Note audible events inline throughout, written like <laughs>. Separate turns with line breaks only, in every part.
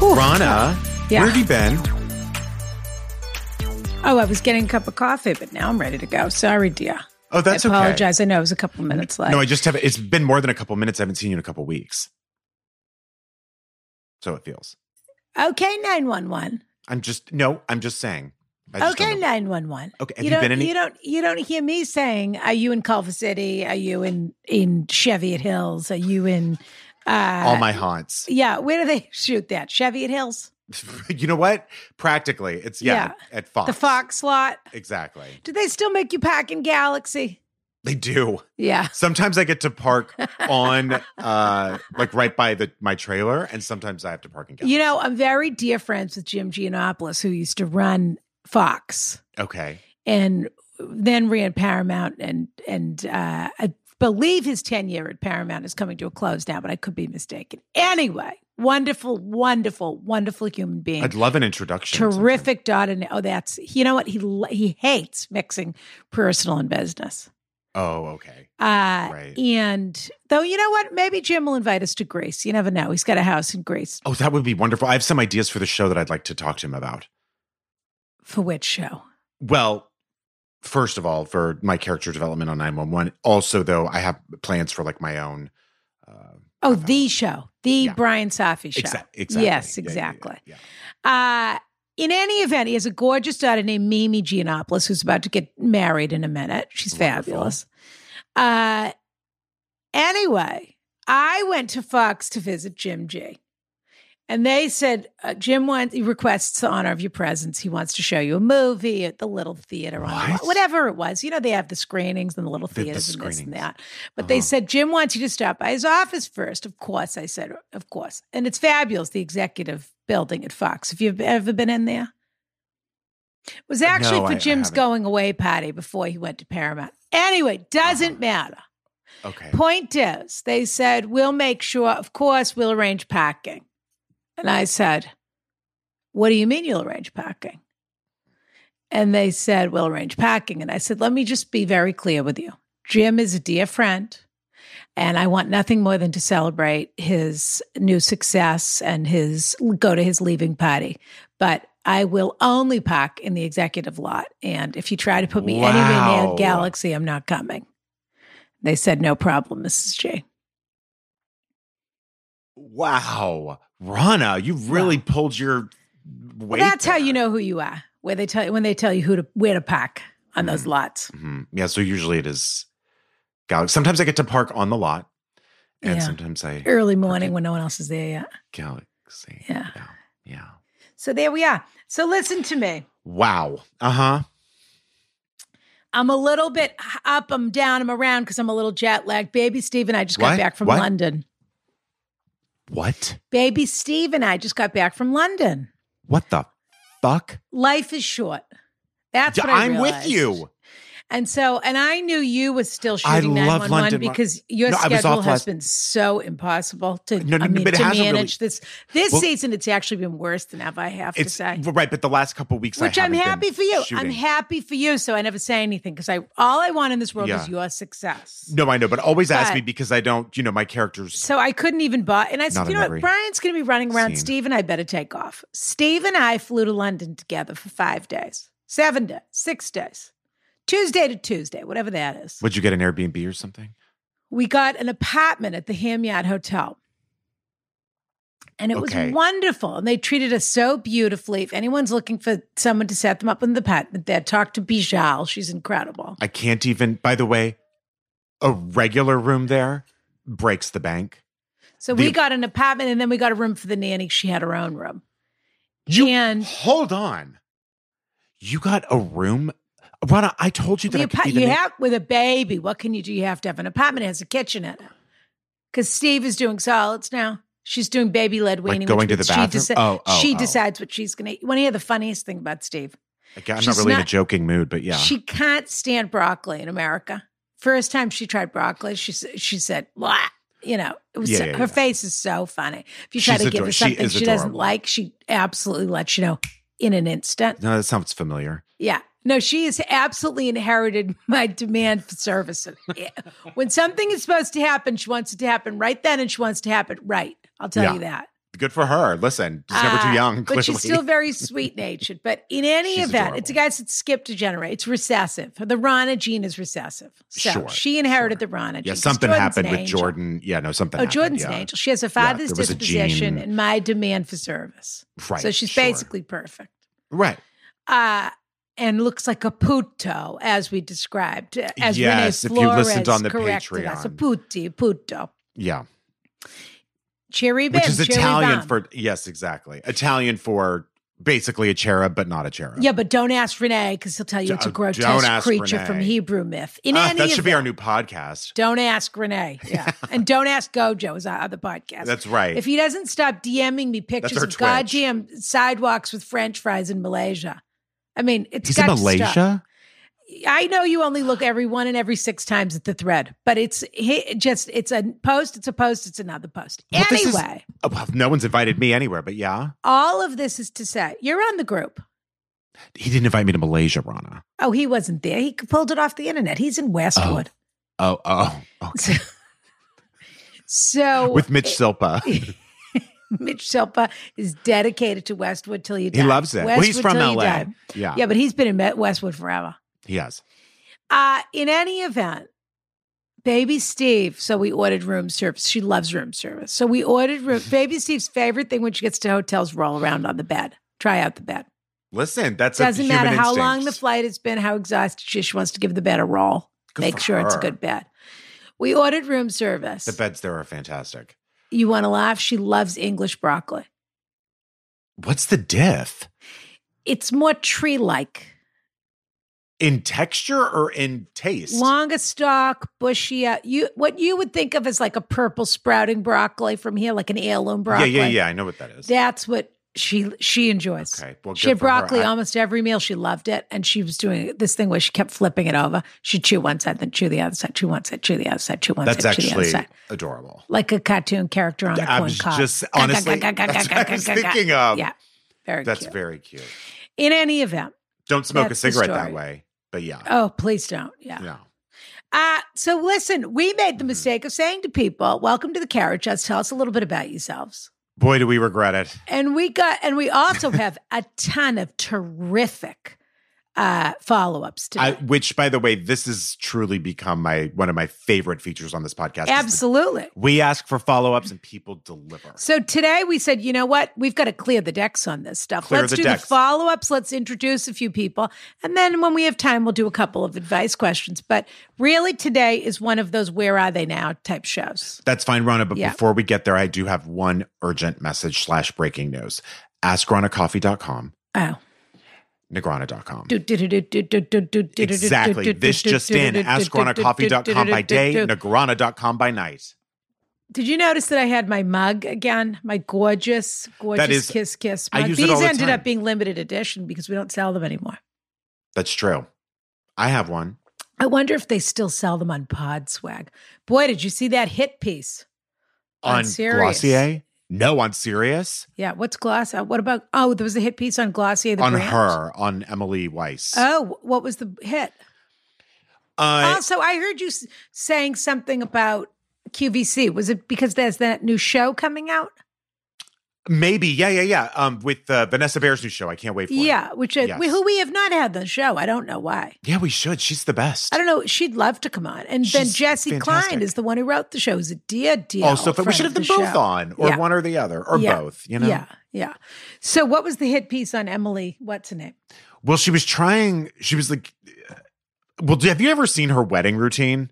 Rana,
Yeah.
where have you been?
Oh, I was getting a cup of coffee, but now I'm ready to go. Sorry, dear.
Oh, that's
I
okay.
apologize. I know it was a couple minutes late.
No, I just have. It's been more than a couple minutes. I haven't seen you in a couple weeks, so it feels.
okay, 911.
I'm just no. I'm just saying. I just
Okay,
don't know.
911.
Okay, have
You
you
don't,
been any-
you don't you don't hear me saying, are you in Culver City? Are you in in Cheviot Hills? Are you in uh
all my haunts. <laughs>
Yeah, where do they <laughs> shoot that? Cheviot Hills?
you know what? Practically, it's yeah, at Fox.
The Fox lot?
Exactly.
Do they still make you pack in Galaxy?
They do.
Yeah.
Sometimes I get to park
<laughs>
on uh like right by the my trailer, and sometimes I have to park in. Galveston.
You know, I'm very dear friends with Jim Giannopoulos, who used to run Fox
Okay.
and then ran Paramount. And and uh, I believe his tenure at Paramount is coming to a close now, but I could be mistaken. Anyway, wonderful, wonderful, wonderful human being.
I'd love an introduction. sometime.
Terrific daughter. Oh, that's you know what he lo- he hates mixing personal and business.
Oh, okay.
Uh,
Right.
And though you know what, maybe Jim will invite us to Grace. You never know. He's got a house in Grace.
Oh, that would be wonderful. I have some ideas for the show that I'd like to talk to him about.
For which show?
Well, first of all, for my character development on 911. Also, though, I have plans for like my own. Uh,
Oh,
Bravo.
the show, the
Yeah.
Brian Safi show.
exa- exactly.
Yes,
Yeah, yeah,
exactly.
Yeah, yeah.
Uh, in any event, he has a gorgeous daughter named Mimi Giannopoulos who's about to get married in a minute. She's
Wonderful.
fabulous. Uh, anyway, I went to Fox to visit Jim G. And they said, uh, Jim wants, he requests the honor of your presence. He wants to show you a movie at the little theater, on
What?
whatever it was. You know, they have the screenings and the little
They have the
theaters and this and
screenings.
that. But they
Uh-huh.
said, Jim wants you to stop by his office first. Of course, I said, of course. And it's fabulous, the executive building at Fox. Have you ever been in there? It was actually
Uh, No,
for
I- I
Jim's
haven't. Uh-huh.
going away party before he went to Paramount. Anyway, doesn't matter.
Okay.
Point is, they said, we'll make sure, of course, we'll arrange parking. And I said, what do you mean you'll arrange parking? And they said, we'll arrange parking. And I said, let me just be very clear with you. Jim is a dear friend, and I want nothing more than to celebrate his new success and his go to his leaving party. But I will only park in the executive lot. And if you try to put me anywhere near
Wow.
Galaxy, I'm not coming. They said, no problem, Mrs. J.
Wow, Rana, you really pulled your weight.
Well, that's how you
there.
know who you are. Where they tell you when they tell you who to where to park on those lots.
Mhm. Yeah. So usually it is. Galaxy. Sometimes I get to park on the lot, and
Yeah.
sometimes I
Early morning when no one else is there yet.
Galaxy.
Yeah.
Yeah. yeah.
So there we are. So listen to me.
Wow. Uh huh.
I'm a little bit h- up, I'm down, I'm around because I'm a little jet lagged. Baby Steve and I just got
What?
back from
What?
London.
What?
Baby Steve and I just got back from London.
What the fuck?
Life is short. That's what I
I'm with
realized.
you.
And so, and I knew you was still
I
shooting
love
911
London.
because your
No, I was
schedule
off
has
last-
been so impossible to,
No, no,
I
no,
mean,
but it
to
hasn't really-
manage this. This
Well-
season, it's actually been worse than ever, I have to
It's
say.
right, but the last couple weeks, I
Which I'm
haven't been
happy for you. I'm
shooting.
happy for you. So I never say anything because I all I want in this world
Yeah.
is your success.
No, I know, but always ask
But-
me because I don't. You know, my characters.
So I couldn't even buy. And I said,
Not
you
in
know
every
what? Brian's going to be running around.
scene.
Steve and I better take off. Steve and I flew to London together for five days, seven days, six days, Tuesday to Tuesday, whatever that is.
Would you get an Airbnb or something?
We got an apartment at the Hamyard Hotel. And it
Okay.
was wonderful. And they treated us so beautifully. If anyone's looking for someone to set them up in the apartment there, talk to Bijal. She's incredible.
I can't even. By the way, a regular room there breaks the bank.
So
The-
we got an apartment and then we got a room for the nanny. She had her own room.
You
And-
hold on. You got a room, Rana. I told you <laughs> that
The
I could
apa-
be the
you
na-
have with a baby. What can you do? You have to have an apartment that has a kitchen in it. Because Steve is doing solids now. She's doing baby led
Like
weaning. which
going to
means
the
she,
bathroom? Oh, oh,
she
oh.
decides what she's going to eat. Want to hear the funniest thing about Steve?
Okay, I'm not
she's
really in a
not-
joking mood, but yeah.
She can't stand broccoli in America. First time she tried broccoli, she s- she said, "Blah." You know, it was
Yeah,
so-
yeah,
her
yeah.
face is so funny. If you try
She's
to give
ador-
her
she
something
is
she doesn't
adorable.
like, she absolutely lets you know in an instant.
no, that sounds familiar.
Yeah. No, she has absolutely inherited <laughs> my demand for service. when something is supposed to happen, she wants it to happen right then and she wants it to happen right. I'll tell
Yeah.
you that.
good for her. Listen, she's never
Ah,
too young. <laughs> Clearly,
But she's still very sweet natured. But in any
She's
event, it's a
adorable.
guy that's skipped a generator. It's recessive. The Rana gene is recessive. So
Sure,
she inherited the
sure.
Rana gene.
yeah,
'cause
something
Jordan's
happened
an
with
angel.
Jordan. Yeah, no, something.
Oh,
happened,
Jordan's
yeah.
an angel. She has a
Yeah,
father's
there was a
disposition
gene.
and my demand for service.
Right.
so she's
sure.
basically perfect.
right.
Uh, and looks like a puto, as we described, uh, as
Yes, if
Renee
you
Flores
listened on the
corrected us. A
Patreon.
putti, puto.
Yeah,
Cherry
which
bim,
is
cherry
Italian
bomb.
for yes, exactly. Italian for basically a cherub, but not a cherub.
Yeah, but don't ask Renee because he'll tell you it's a
Don't- don't
grotesque
ask
creature from
Renee.
Hebrew myth. In
Ah,
any
that should be our
event,
new podcast.
Don't ask Renee.
<laughs>
Yeah, and don't ask Gojo is our other podcast.
That's right.
if he doesn't stop DMing me pictures
our
of
Twitch.
goddamn sidewalks with French fries in Malaysia, I mean, it's
He's in
got to stop.
Malaysia.
I know you only look every one and every six times at the thread, but it's he, just it's a post, it's a post, it's another post.
Well, this is-
anyway,
Oh, well, no one's invited me anywhere, but yeah,
all of this is to say you're on the group.
he didn't invite me to Malaysia, Rana.
Oh, he wasn't there. He pulled it off the internet. He's in Westwood.
Oh, oh, okay.
So, <laughs> so
<laughs> with Mitch Silpa.
<laughs> Mitch Silpa is dedicated to Westwood till you die.
He loves it. well, he's
Westwood
from
till you
LA.
die.
Yeah,
Yeah, but he's been in Me- Westwood forever.
he has.
Uh, in any event, baby Steve, so we ordered room service. She loves room service. So we ordered
<laughs>
room. baby Steve's favorite thing when she gets to hotels, roll around on the bed, try out the bed.
Listen, that's a
Doesn't
human
matter how long the
instinct.
flight has been, how exhausted she is, she wants to give the bed a roll,
Good
make
for
sure it's a
her.
good bed. We ordered room service.
The beds there are fantastic.
You want to laugh? She loves English broccoli.
What's the diff
It's more tree like.
in texture or in taste?
Longer stalk, bushy. uh, You what you would think of as like a purple sprouting broccoli from here, like an heirloom broccoli.
Yeah, yeah, yeah. I know what that is.
That's what she she enjoys.
okay. Well,
She
good
had
for her.
broccoli
I-
almost every meal. She loved it, and she was doing this thing where she kept flipping it over. She'd chew one side, then chew the other side, chew one side, chew the other side, chew one
that's
side, chew the other
actually
side,
adorable.
like a cartoon character on a
I
corn
was
cob.
just
Ga, ga,
honestly
ga, ga, ga,
that's
ga,
what <laughs> I
ga,
was
ga, ga.
thinking of.
Yeah, very
That's
cute.
very cute.
In any event,
Don't smoke
That's
a
the
cigarette that
story.
way. But yeah.
oh please don't. Yeah.
yeah.
Uh, so listen, we made the
Mhm.
mistake of saying to people, "Welcome to the carriage house. Tell us a little bit about yourselves."
Boy, do we regret it.
And we got, and we
<laughs>
also have a ton of terrific uh, follow-ups today.
I, which, by the way, this has truly become my one of my favorite features on this podcast. is the-
Absolutely.
We ask for follow ups and people deliver.
So today we said, you know what? We've got to clear the decks on this stuff.
Clear
let's
the
do
decks.
the follow ups. Let's introduce a few people. And then when we have time, we'll do a couple of advice questions. But really, today is one of those where are they now type shows.
That's fine, Rona. But
Yeah.
before we get there, I do have one urgent message slash breaking news. AskRonaCoffee.com,
Oh.
Negrana.com.
Exactly.
Exactly. This just in. AskRonaCoffee.com by day, Negrana.com by night.
Did you notice that I had my mug again? My gorgeous, gorgeous
is-
Kiss Kiss
I
mug.
use it
These
all the
ended
time.
up being limited edition because we don't sell them anymore.
That's true. I have one.
I wonder if they still sell them on Pod Swag. Boy, did you see that hit piece?
On,
Sirius.
Glossier? No, on Sirius?
Yeah, what's Gloss? uh, What about? Oh, there was a hit piece on Glossier. The
on
brand?
her, on Emily Weiss.
Oh, what was the hit?
uh,
also, I heard you s- saying something about QVC. Was it because there's that new show coming out?
maybe. Yeah, yeah, yeah. Um, with uh, Vanessa Bear's new show. I can't wait for it.
Yeah, which uh, we,
Yes.
who we have not had the show. I don't know why.
Yeah, we should. She's the best.
I don't know. She'd love to come on. And then
She's
Jesse Klein
fantastic. Oh,
is the one who wrote the show. Is a dear, dear.
also,
old
we
friend
should have
of
them
the
both
show.
on, or
Yeah.
one or the other, or
Yeah.
both. You know,
Yeah, yeah. So, what was the hit piece on Emily? What's her name?
Well, she was trying. She was like, uh, "Well, have you ever seen her wedding routine?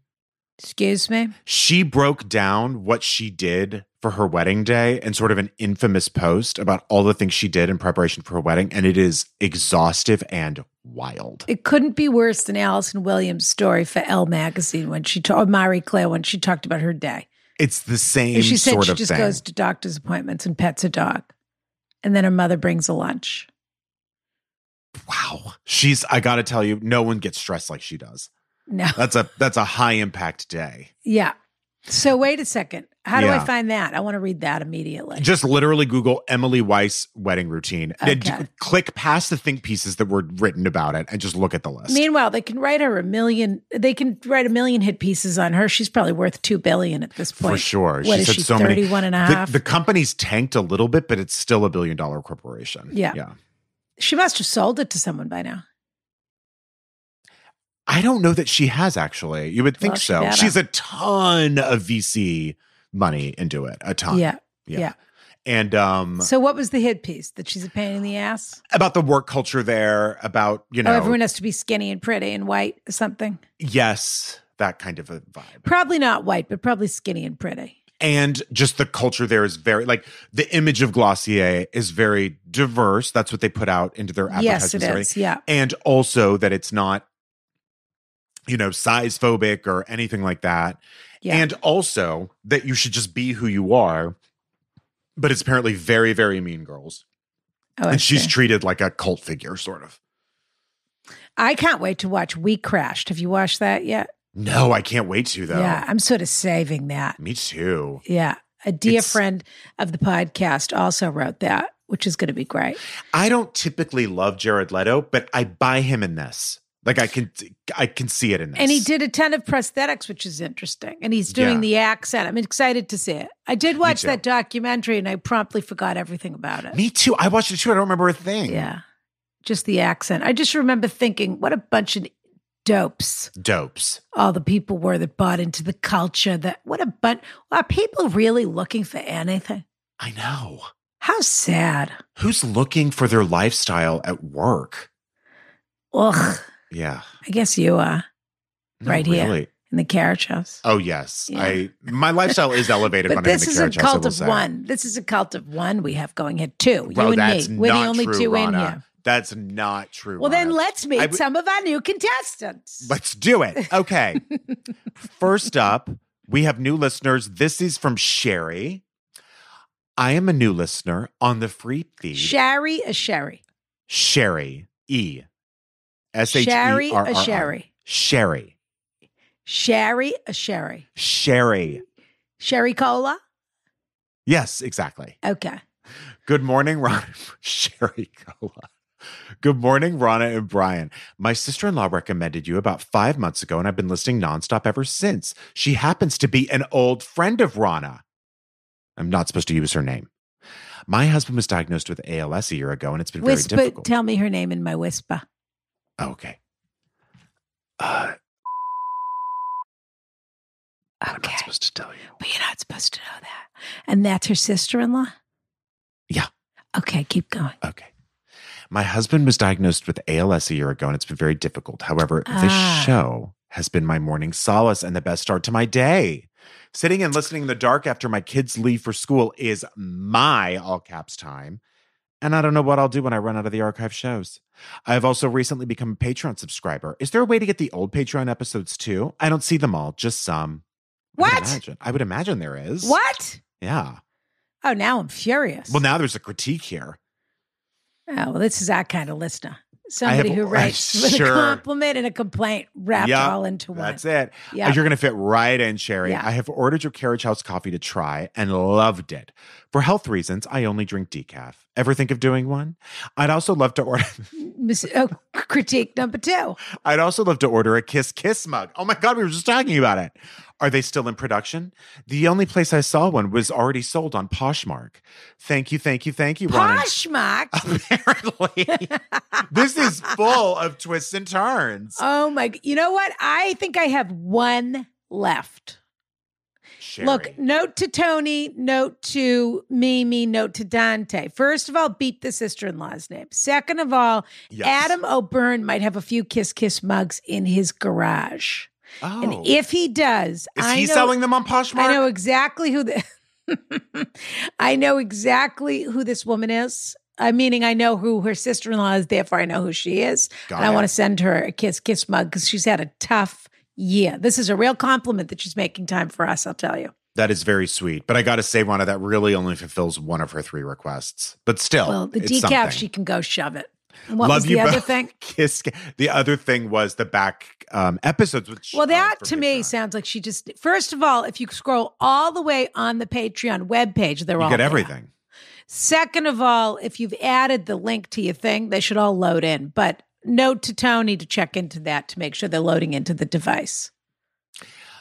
Excuse me.
She broke down what she did for her wedding day and sort of an infamous post about all the things she did in preparation for her wedding, and it is exhaustive and wild.
It couldn't be worse than Allison Williams' story for Elle magazine when she ta- or Marie Claire when she talked about her day.
It's the same
And she said
sort
she
of
just
thing.
goes to doctor's appointments and pets a dog, and then her mother brings a lunch.
wow, she's. I got to tell you, no one gets stressed like she does.
No, <laughs>
That's a that's a high impact day.
yeah. So wait a second. How do I
Yeah.
find that? I want to read that immediately.
Just literally Google Emily Weiss wedding routine. Then d-
Okay.
click past the think pieces that were written about it and just look at the list.
Meanwhile, they can write her a million. They can write a million hit pieces on her. She's probably worth two billion at this
for
point.
sure.
What is
said
she?
so many.
Thirty-one and a
The,
half.
the company's tanked a little bit, but it's still a billion dollar corporation.
Yeah.
Yeah.
she must have sold it to someone by now.
I don't know that she has actually. You would think
Well, she
so.
better.
She's a ton of VC money into it, a ton.
Yeah.
Yeah.
yeah.
And um
So what was the hit piece? That she's a pain in the ass.
about the work culture there, about, you know,
Oh, everyone has to be skinny and pretty and white or something.
yes, that kind of a vibe.
Probably not white, but probably skinny and pretty.
And just the culture there is very like the image of Glossier is very diverse. That's what they put out into their advertisements.
Yes, it
and everything.
is. Yeah.
and also that it's not you know size phobic or anything like that
Yeah.
and also that you should just be who you are but it's apparently very very mean girls
Oh, I
and she's
see.
treated like a cult figure sort of
I can't wait to watch We Crashed. Have you watched that yet?
no i can't wait to though
Yeah. I'm sort of saving that.
me too
Yeah. A dear
It's-
friend of the podcast also wrote that, which is going to be great.
i don't typically love jared leto but i buy him in this like i can i can see it in this
And he did a ton of prosthetics, which is interesting. And he's doing
Yeah.
the accent. I'm excited to see it. I did watch
too.
that documentary and I promptly forgot everything about it.
me too i watched it too i don't remember a thing
Yeah. Just the accent. I just remember thinking, what a bunch of dopes
dopes
all the people were that bought into the culture. That what a bunch are people really looking for anything?
i know
How sad.
who's looking for their lifestyle at work
Ugh.
Yeah.
I guess you are
No,
Right here.
really.
in the carriage house.
Oh yes.
Yeah.
I my lifestyle is elevated
But
when I'm in
this
the
is a
carriage house, I
cult
will
of
say.
one. This is a cult of one we have going here. Two.
Well,
you
that's
and me. We're the
not
only
true,
two in
Rana.
here.
That's not true.
Well, then
Rana.
let's meet
I would-
some of our new contestants.
let's
<laughs>
do it. Okay. First up, we have new listeners. This is from Sherry. I am a new listener on the free feed.
Sherry a Sherry.
Sherry E. S H E R
Sherry
R
a
R.
Sherry.
Sherry.
Sherry a Sherry.
Sherry.
Sherry Cola?
Yes, exactly.
Okay.
Good morning, Ron. <laughs> Sherry Cola. Good morning, Rana and Brian. My sister in law recommended you about five months ago, and I've been listening nonstop ever since. She happens to be an old friend of Rana. I'm not supposed to use her name. My husband was diagnosed with ALS a year ago, and it's been very
Whisper
difficult.
tell me her name in my whisper.
oh, okay. Uh, I'm
Okay.
not supposed to tell you.
But you're not supposed to know that. And that's her sister in law?
Yeah.
Okay, keep going.
Okay. My husband was diagnosed with ALS a year ago, and it's been very difficult. However, this
Ah.
show has been my morning solace and the best start to my day. Sitting and listening in the dark after my kids leave for school is my all caps time. And I don't know what I'll do when I run out of the archive shows. I've also recently become a Patreon subscriber. Is there a way to get the old Patreon episodes too? I don't see them all, just some. I would
What?
imagine- I would imagine there is.
What?
Yeah.
Oh, now I'm furious.
Well, now there's a critique here.
oh, well, this is our kind of listener.
have-
Somebody who
<laughs>
writes with
Sure.
a compliment and a complaint wrapped
Yeah,
all into one.
That's it.
Yeah.
You're going to fit right in, Sherry.
Yeah.
I have ordered your Carriage House coffee to try and loved it. For health reasons, I only drink decaf. Ever think of doing one? I'd also love to order <laughs>
Mis- oh, critique number two.
I'd also love to order a Kiss Kiss mug. Oh my god, we were just talking about it. Are they still in production? The only place I saw one was already sold on Poshmark. Thank you, thank you, thank you, Ron. and-
Poshmark.
<laughs>
<laughs>
Apparently. this is full of twists and turns.
Oh my! g- You know what? I think I have one left.
Sherry.
Look, note to Tony, note to Mimi, note to Dante. First of all, beep the sister-in-law's name. Second of all,
Yes.
Adam O'Byrne might have a few Kiss Kiss mugs in his garage,
Oh.
and if he does,
is
I
he
know,
selling them on Poshmark?
I know exactly who the. <laughs> I know exactly who this woman is. Uh, meaning, I know who her sister-in-law is. Therefore, I know who she is.
Got
And I
it.
want to send her a kiss, kiss mug because she's had a tough year. This is a real compliment that she's making time for us, I'll tell you.
That is very sweet. But I got to say, Rana, that really only fulfills one of her three requests. But still,
Well, the
Oh, it's
decaf,
something.
she can go shove it. And What
Love
was
you
the other
both.
thing?
<laughs> Kiss. The other thing was the back um, episodes. Which
Well,
are
that
for
to
big
me
time.
sounds like she just, first of all, if you scroll all the way on the Patreon webpage, they're all
you get
there.
everything.
Second of all, if you've added the link to your thing, they should all load in. But note to Tony to check into that to make sure they're loading into the device.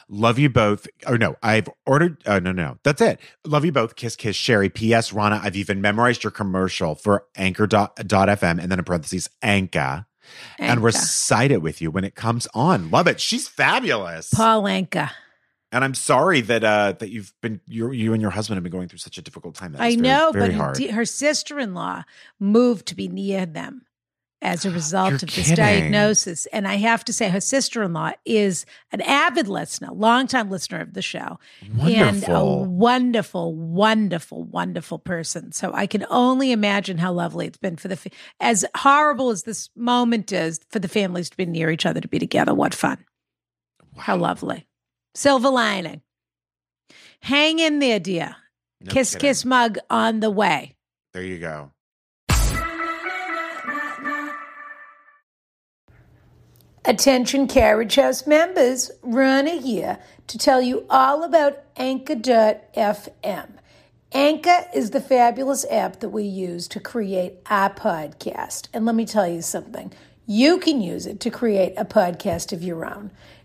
Love you both. Oh no, I've ordered. Oh no, no, that's it. Love you both. Kiss, kiss, Sherry. P.S. Rana, I've even memorized your commercial for Anchor dot dot FM, and then in parentheses Anka, and
Anka.
recite it with you when it comes on. Love it. She's fabulous.
Paul Anka.
and I'm sorry that uh that you've been you you and your husband have been going through such a difficult time. That
I
is very-
know,
very
but her,
hard.
de- her sister-in-law moved to be near them as a result
<gasps> You're
of this
kidding.
diagnosis. And I have to say, her sister-in-law is an avid listener, longtime listener of the show, and uh, a
Wonderful.
wonderful, wonderful, wonderful person. So I can only imagine how lovely it's been for the fa- as horrible as this moment is for the families to be near each other to be together. What fun! How lovely. Silver lining. Hang in there, dear.
No
kiss,
kidding.
kiss, mug on the way.
There you go.
Attention Carriage House members, Rana here to tell you all about Anchor.fm. Anchor is the fabulous app that we use to create our podcast. And let me tell you something you can use it to create a podcast of your own.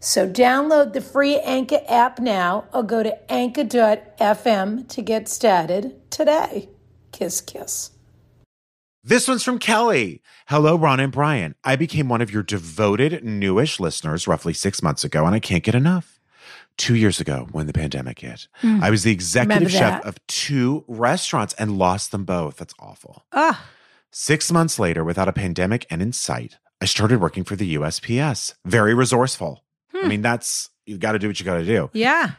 So download the free Anchor app now or go to anchor.fm to get started today. Kiss, kiss.
This one's from Kelly. Hello, Ron and Brian. I became one of your devoted, newish listeners roughly six months ago, and I can't get enough. Two years ago, when the pandemic hit, I was the executive
Hmm. Remember
chef
that.
of two restaurants and lost them both. That's awful.
Ah,
Six months later, without a pandemic and in sight, I started working for the USPS. Very resourceful.
Hmm.
I mean, that's, you got to do what you got to do
yeah.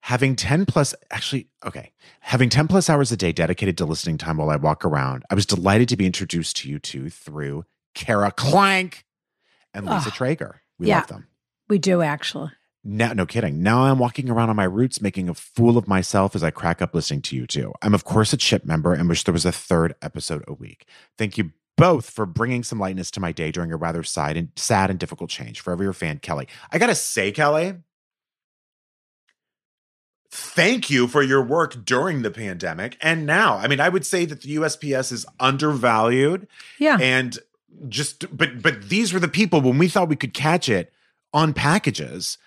having 10 plus actually okay having 10 plus hours a day dedicated to listening time while i walk around i was delighted to be introduced to you two through kara clank and lisa
Ugh.
traeger we
Yeah.
love them
We do actually.
now, no kidding. Now I'm walking around on my roots, making a fool of myself as I crack up listening to you two. I'm, of course, a chip member and wish there was a third episode a week. Thank you both for bringing some lightness to my day during a rather sad and, sad and difficult change. Forever your fan, Kelly. I got to say, Kelly, thank you for your work during the pandemic and now. I mean, I would say that the USPS is undervalued
Yeah.
and just but but these were the people when we thought we could catch it on packages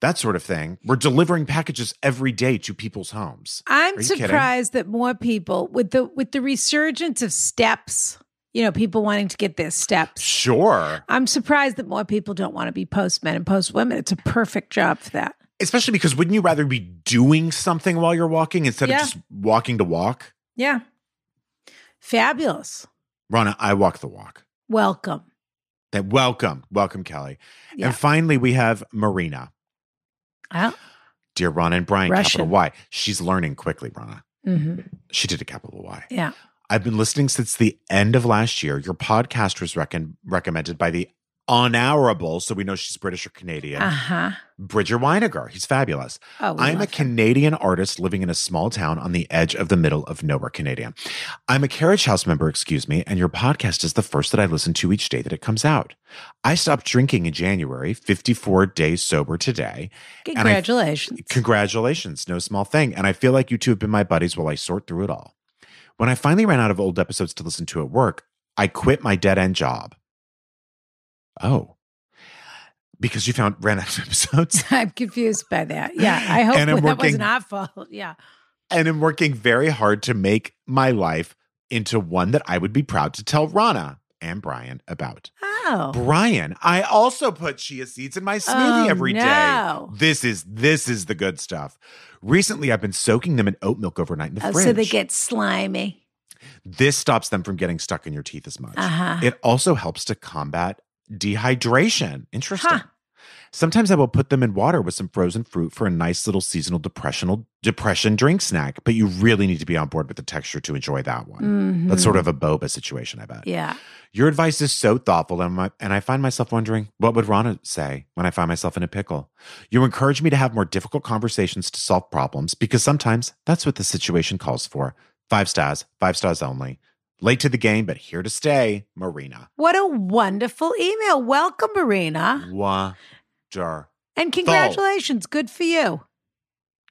that sort of thing we're delivering packages every day to people's homes
I'm
Are you kidding?
surprised that more people with the with the resurgence of steps, you know, people wanting to get their steps.
sure
I'm surprised that more people don't want to be postmen and postwomen. It's a perfect job for that.
especially because wouldn't you rather be doing something while you're walking instead
Yeah.
of just walking to walk
Yeah. Fabulous.
rana i walk the walk
Welcome.
that welcome welcome kelly
Yeah.
and finally we have marina
Well,
dear rana and brian capital
Russian.
y she's learning quickly rana
hmm
she did a capital y
Yeah.
I've been listening since the end of last year. Your podcast was recon- recommended by the honorable, so we know she's British or Canadian,
Uh huh.
Bridger Weiniger. He's fabulous.
Oh, we
I'm a
love her.
Canadian artist living in a small town on the edge of the middle of nowhere, Canadian. I'm a carriage house member, excuse me, and your podcast is the first that I listen to each day that it comes out. I stopped drinking in January, 54 days sober today. and I-
Congratulations.
Congratulations, no small thing. And I feel like you two have been my buddies while I sort through it all. When I finally ran out of old episodes to listen to at work, I quit my dead end job. Oh. Because you found ran out of <laughs> episodes
<laughs> I'm confused by that. Yeah. I hope
And I'm
that
working-
wasn't our fault. Yeah.
and am working very hard to make my life into one that I would be proud to tell Rana and Brian about.
Oh.
Brian, I also put chia seeds in my smoothie
Oh,
every day.
no.
This is this is the good stuff. Recently I've been soaking them in oat milk overnight in the
Oh,
fridge.
so they get slimy.
This stops them from getting stuck in your teeth as much.
Uh huh.
It also helps to combat dehydration. Interesting.
Huh.
Sometimes I will put them in water with some frozen fruit for a nice little seasonal depressional depression drink snack, but you really need to be on board with the texture to enjoy that one.
Mm-hmm.
That's sort of a boba situation, I bet.
Yeah.
Your advice is so thoughtful, and, my, and I find myself wondering what would Rana say when I find myself in a pickle. You encourage me to have more difficult conversations to solve problems because sometimes that's what the situation calls for. Five stars, five stars only. Late to the game, but here to stay, Marina.
What a wonderful email. Welcome, Marina.
Wonder.
And congratulations. Good for you.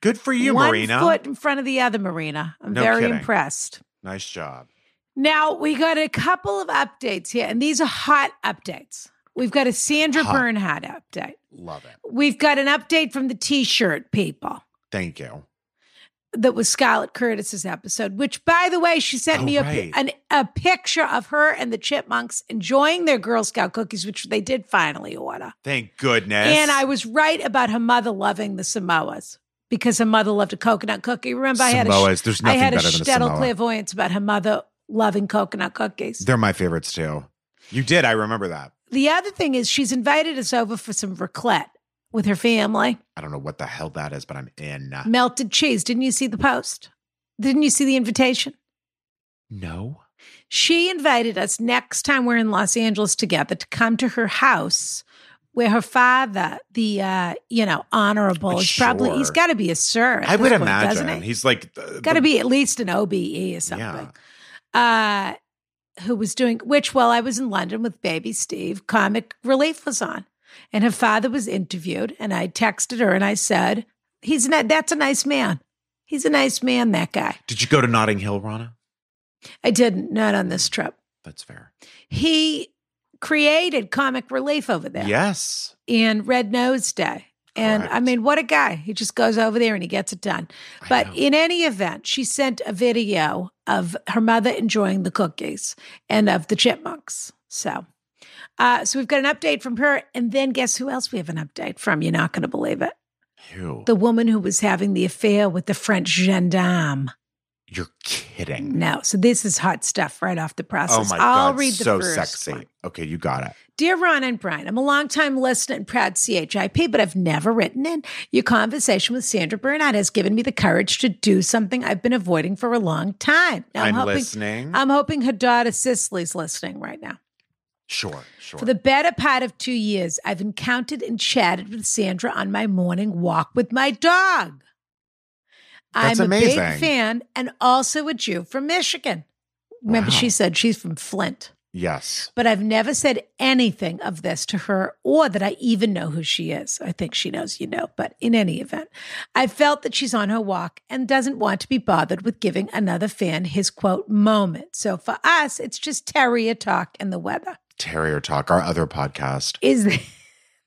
Good for you,
One
Marina.
foot in front of the other, Marina. I'm
No
very
kidding.
impressed.
Nice job.
Now, we got a couple of updates here, and these are hot updates. We've got a Sandra
Hot.
Bernhard update.
Love it.
We've got an update from the t shirt people
Thank you.
that was Scarlett Curtis's episode, which, by the way, she sent
Oh,
me a,
right.
an, a picture of her and the chipmunks enjoying their Girl Scout cookies, which they did finally order.
Thank goodness.
And I was right about her mother loving the Samoas because her mother loved a coconut cookie. Remember, I had a,
Samoas. There's
I
nothing
had a
better than a
shtetl
Samoa.
clairvoyance about her mother loving coconut cookies.
They're my favorites too. You did. I remember that.
the other thing is she's invited us over for some raclette with her family.
I don't know what the hell that is, but I'm in.
Melted cheese. Didn't you see the post? Didn't you see the invitation?
No.
She invited us next time we're in Los Angeles together to come to her house where her father, the uh, you know, honorable, he's probably he's
Sure.
gotta be a sir. at
I
this
would
point,
imagine
doesn't he?
he's like uh, the-
got to
the-
be at least an OBE or something. Uh, who was doing which while I was in London with baby Steve, comic relief was on. And her father was interviewed, and I texted her and I said, He's not that's a nice man. He's a nice man, that guy.
Did you go to Notting Hill, Rana?
I didn't, not on this trip.
That's fair.
He created comic relief over there
Yes.
in Red Nose Day. And I
Correct.
mean, what a guy. He just goes over there and he gets it done.
I
But
know.
in any event, she sent a video of her mother enjoying the cookies and of the chipmunks. So, uh, so we've got an update from her, and then guess who else we have an update from? You're not going to believe it.
Ew.
The woman who was having the affair with the French gendarme.
You're kidding.
No, so this is hot stuff right off the process.
Oh my
I'll
god.
read the
so
first
sexy.
one.
Okay, you got it.
Dear Ron and Brian, I'm a longtime listener and proud CHIP, but I've never written in. Your conversation with Sandra Bernard has given me the courage to do something I've been avoiding for a long time. Now, Um,
I'm,
hoping,
listening.
I'm hoping her daughter Cicely's listening right now.
sure. Sure.
For the better part of two years, I've encountered and chatted with Sandra on my morning walk with my dog.
That's
I'm a big
amazing.
fan and also a Jew from Michigan. Remember,
Wow.
she said she's from Flint
yes.
but I've never said anything of this to her or that I even know who she is. I think she knows you know, but in any event, I felt that she's on her walk and doesn't want to be bothered with giving another fan his quote moment. So for us, it's just terrier talk and the weather.
Terrier Talk, our other podcast.
Is this, <laughs>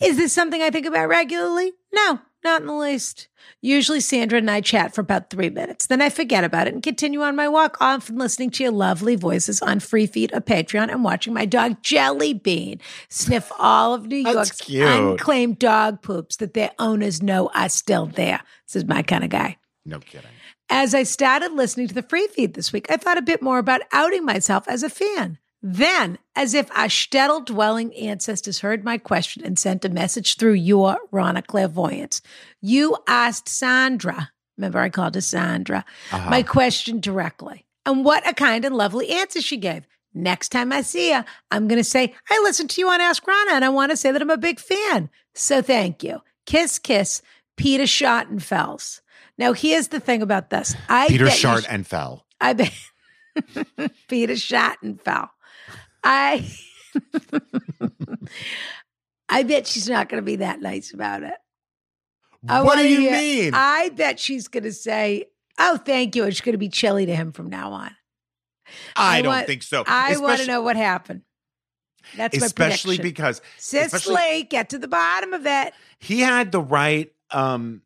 is this something I think about regularly? No, not in the least. Usually, Sandra and I chat for about three minutes. Then I forget about it and continue on my walk, often listening to your lovely voices on Free Feed or Patreon and watching my dog Jelly Bean sniff all of New
That's
York's
cute.
unclaimed dog poops that their owners know are still there. This is my kind of guy.
No kidding.
As I started listening to the free feed this week, I thought a bit more about outing myself as a fan. Then, as if our shtetl dwelling ancestors heard my question and sent a message through your Rana clairvoyance, you asked Sandra, remember I called her Sandra,
Uh-huh.
my question directly. And what a kind and lovely answer she gave. Next time I see her, I'm going to say, I listened to you on Ask Rana and I want to say that I'm a big fan. So thank you. Kiss, kiss, Peter Schottenfels. Now, here's the thing about this. I
Peter
bet you-
Shart and fell.
I bet <laughs> Peter Schottenfels. I, <laughs> I bet she's not going to be that nice about it. I
what
wanna
do you
hear-
mean?
I bet she's going to say, "Oh, thank you." It's going to be chilly to him from now on.
I,
I
don't
want-
think so.
I want to
Especially-
know what happened. That's my
Especially
prediction.
because especially-
Cicely, get to the bottom of it.
he had the right um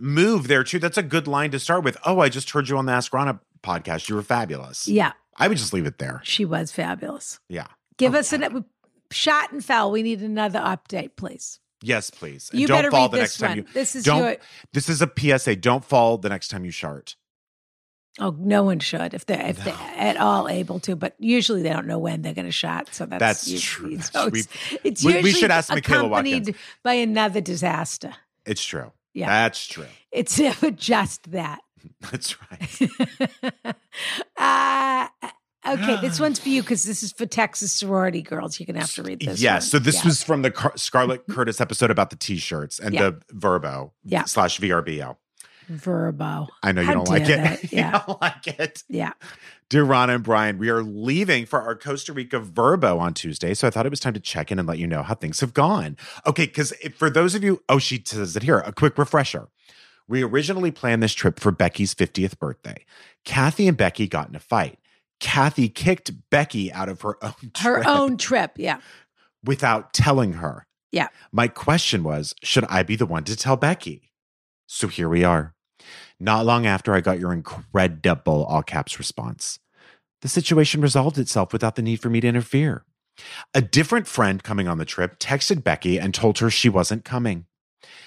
move there too. That's a good line to start with. Oh, I just heard you on the Ask Rana podcast. You were fabulous.
Yeah,
I would just leave it there.
she was fabulous.
Yeah.
Give
Oh,
us an shot and foul. We need another update, please.
Yes, please. And
You
don't
better
fall
read
the
this
next
one.
time you
this is
don't
your
this is a PSA. Don't fall the next time you shart.
Oh, no one should if they're if they're
No.
at all able to, but usually they don't know when they're going to shot. So that's,
That's
usually-
true. That's
So
true.
it's, it's
we- we
usually
should ask Michaela
accompanied by another disaster.
It's true.
Yeah.
That's true. <laughs>
It's <laughs> never just that.
That's right.
<laughs> uh, okay, this one's for you because this is for Texas sorority girls. You're going to have to read <laughs> this.
yeah.
one.
So this
Yeah.
was from the Car-
<laughs>
Scarlett Curtis episode about the T-shirts and
Yeah.
the Verbo
Yeah.
slash VRBO.
Verbo.
I know you
How
don't like
dare
it.
they? Yeah.
<laughs> you don't like it.
Yeah.
Dear Ron and Brian, we are leaving for our Costa Rica Verbo on Tuesday, so I thought it was time to check in and let you know how things have gone. Okay, because for those of you, oh, she says it here. A quick refresher. We originally planned this trip for Becky's 50th birthday. Kathy and Becky got in a fight. Kathy kicked Becky out of her <laughs> own trip
Her own trip. Yeah.
without telling her.
Yeah.
My question was, should I be the one to tell Becky? So here we are. Not long after I got your incredible all caps response, the situation resolved itself without the need for me to interfere. A different friend coming on the trip texted Becky and told her she wasn't coming.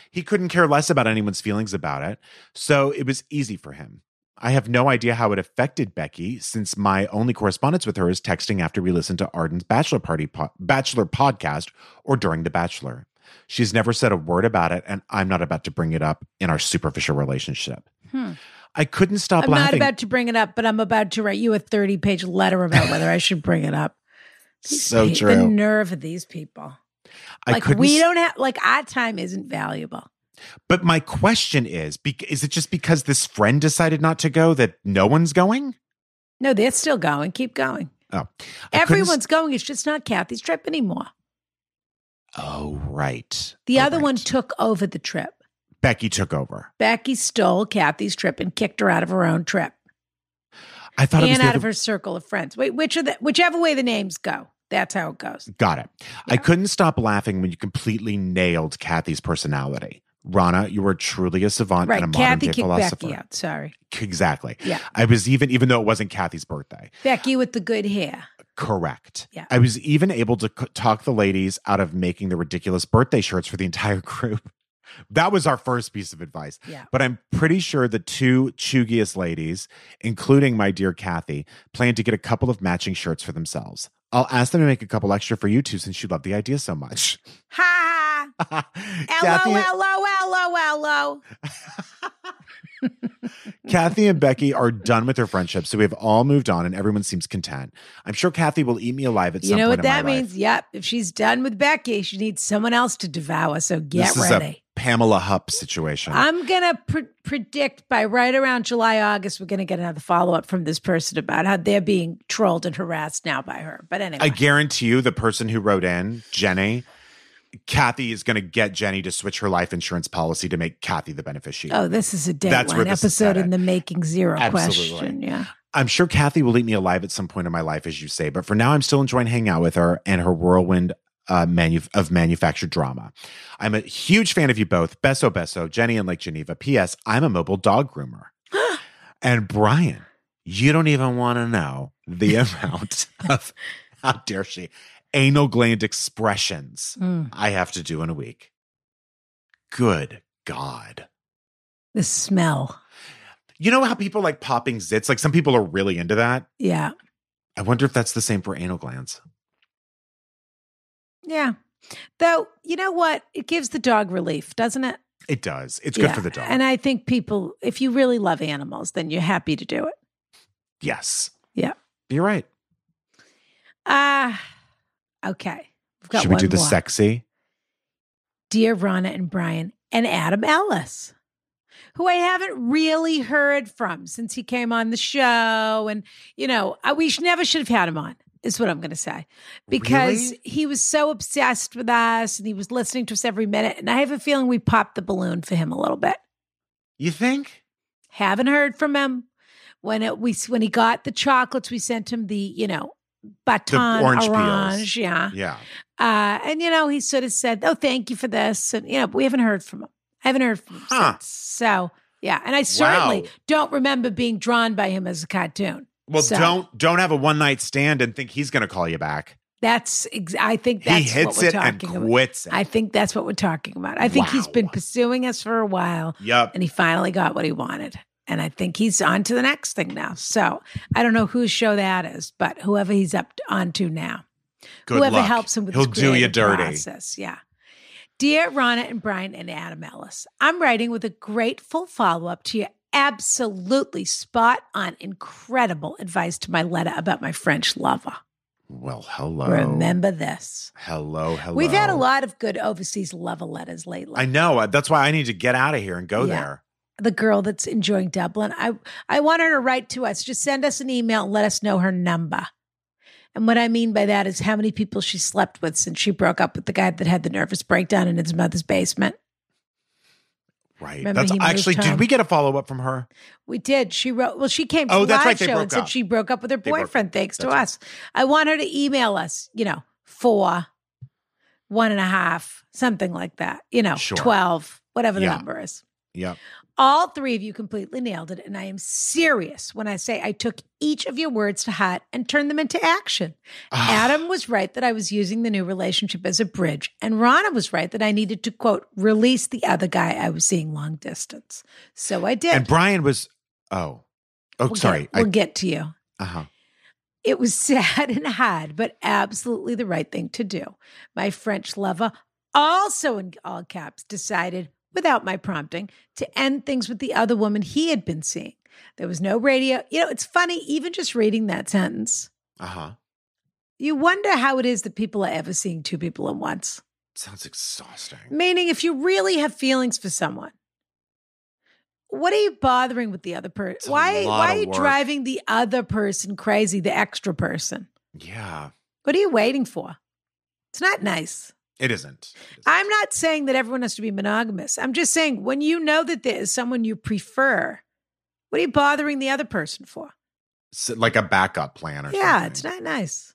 He couldn't care less about anyone's feelings about it, so it was easy for him. I have no idea how it affected Becky since my only correspondence with her is texting after we listen to Arden's bachelor party po- bachelor podcast or during the bachelor. She's never said a word about it and I'm not about to bring it up in our superficial relationship.
Hmm.
I couldn't stop
I'm not
laughing.
about to bring it up, but I'm about to write you a 30 page letter about whether I should bring it up. These
so
pe- The
true.
nerve of these people.
I
Like
couldn't
we
s-
don't have like our time isn't valuable.
But my question is bec- is it just because this friend decided not to go that no one's going?
No, they're still going. Keep going.
Oh. I couldn't s-
Everyone's going. It's just not Kathy's trip anymore.
Oh right.
The
Oh,
other one
right.
took over the trip.
Becky took over.
Becky stole Kathy's trip and kicked her out of her own trip
I thought it was
and
the
out
other
of her circle of friends. Wait, which are the whichever way the names go, that's how it goes.
Got it. I
Yeah.
couldn't stop laughing when you completely nailed Kathy's personality. Rana, you were truly a savant
Right,
and a modern
Kathy
day
kicked
philosopher.
Becky out. Sorry,
Exactly.
Yeah.
I was even, even though it wasn't Kathy's birthday.
Becky with the good hair.
Correct.
Yeah.
I was even able to c- talk the ladies out of making the ridiculous birthday shirts for the entire <laughs> group. That was our first piece of advice.
Yeah.
But I'm pretty sure the two chuggiest ladies, including my dear Kathy, plan to get a couple of matching shirts for themselves. I'll ask them to make a couple extra for you two since you love the idea so much. <laughs>
Ha ha.
Kathy,
LOLOLOLO.
Kathy and Becky are done with their friendship, so we have all moved on and everyone seems content. I'm sure Kathy will eat me alive at
You
some
know
point
what
in
that
my life.
means? Yep. If she's done with Becky, she needs someone else to devour. So get
This is a-
ready.
Pamela Hupp situation.
I'm gonna pre- predict by right around July, August, we're gonna get another follow up from this person about how they're being trolled and harassed now by her. But anyway,
I guarantee you, the person who wrote in, Jenny, Kathy is going to get Jenny to switch her life insurance policy to make Kathy the beneficiary.
oh, this is a
That's where
Dateline
this is
episode
at.
in the making zero
Absolutely.
question. Yeah,
I'm sure Kathy will eat me alive at some point in my life, as you say, but for now, I'm still enjoying hanging out with her and her whirlwind uh, manu- of manufactured drama. I'm a huge fan of you both, Beso Beso, Jenny and Lake Geneva. P.S. I'm a mobile dog groomer. and Brian, you don't even want to know the <laughs> amount of, how dare she, anal gland expressions
Mm.
I have to do in a week. Good God.
the smell.
You know how people like popping zits? Like some people are really into that.
Yeah,
I wonder if that's the same for anal glands.
yeah. Though you know what, it gives the dog relief, doesn't it?
It does. It's good
Yeah.
for the dog.
And I think people, if you really love animals, then you're happy to do it.
yes.
Yeah.
You're right.
Ah, okay. We've got
Should we
one
do the
more.
sexy?
dear Rana and Brian and Adam Ellis, who I haven't really heard from since he came on the show. And, you know, I, we sh- never should have had him on, is what I'm going to say, because
Really?
he was so obsessed with us and he was listening to us every minute. And I have a feeling we popped the balloon for him a little bit.
You think?
Haven't heard from him. When it, we when he got the chocolates, we sent him the you know baton
orange peels.
orange, yeah,
Yeah.
uh, and you know, he sort of said, "Oh, thank you for this," and you know, we haven't heard from him. I haven't heard from him
Huh.
since. So yeah, and I certainly
Wow.
don't remember being drawn by him as a cartoon.
Well,
So-
don't don't have a one night stand and think he's going to call you back.
That's ex- I think
He
that's what
hits
we're
it and
talking about.
quits
I
it.
think that's what we're talking about. I think he's
Wow.
been pursuing us for a while,
Yup.
and he finally got what he wanted. And I think he's on to the next thing now. So I don't know whose show that is, but whoever he's up on to now,
Good
whoever
luck.
helps him with
He'll
his
do you
creative
dirty.
process. Yeah. Dear Ronna and Brian and Adam Ellis, I'm writing with a grateful follow up to your absolutely spot on, incredible advice to my letter about my French lover.
Well, hello.
Remember this.
Hello, hello.
We've had a lot of good overseas lover letters lately.
I know. Uh, That's why I need to get out of here and go
Yeah.
there.
the girl that's enjoying Dublin. I I want her to write to us. Just send us an email and let us know her number. And what I mean by that is how many people she slept with since she broke up with the guy that had the nervous breakdown in his mother's basement.
Right.
Remember
that's
he moved
actually.
home.
Did we get a follow up from her?
We did. She wrote. Well, she came to
Oh,
the
that's
live
right. They
show
broke
and said
up.
she broke up with her
They broke
boyfriend. Thanks to
That's right.
us. I want her to email us. You know, four, one and a half, something like that. You know,
Sure.
twelve, whatever the
Yeah.
number is.
Yep.
All three of you completely nailed it. And I am serious when I say I took each of your words to heart and turned them into action.
Ah.
Adam was right that I was using the new relationship as a bridge. And Rana was right that I needed to, quote, release the other guy I was seeing long distance. So I did.
And Brian was. Oh. Oh,
We'll get-
sorry.
we'll get to you.
I, uh huh.
It was <laughs> sad and hard, but absolutely the right thing to do. My French lover, also in all caps, decided, without my prompting, to end things with the other woman he had been seeing. There was no radio. You know, it's funny, even just reading that sentence,
Uh huh.
you wonder how it is that people are ever seeing two people at once.
Sounds exhausting.
Meaning, if you really have feelings for someone, what are you bothering with the other
It's
person?
a
Why,
lot
why are
of
you
work.
driving the other person crazy, the extra person?
Yeah.
What are you waiting for? It's not nice.
It isn't. It isn't.
I'm not saying that everyone has to be monogamous. I'm just saying when you know that there is someone you prefer, what are you bothering the other person for?
S- like a backup plan or
yeah,
something.
it's not nice.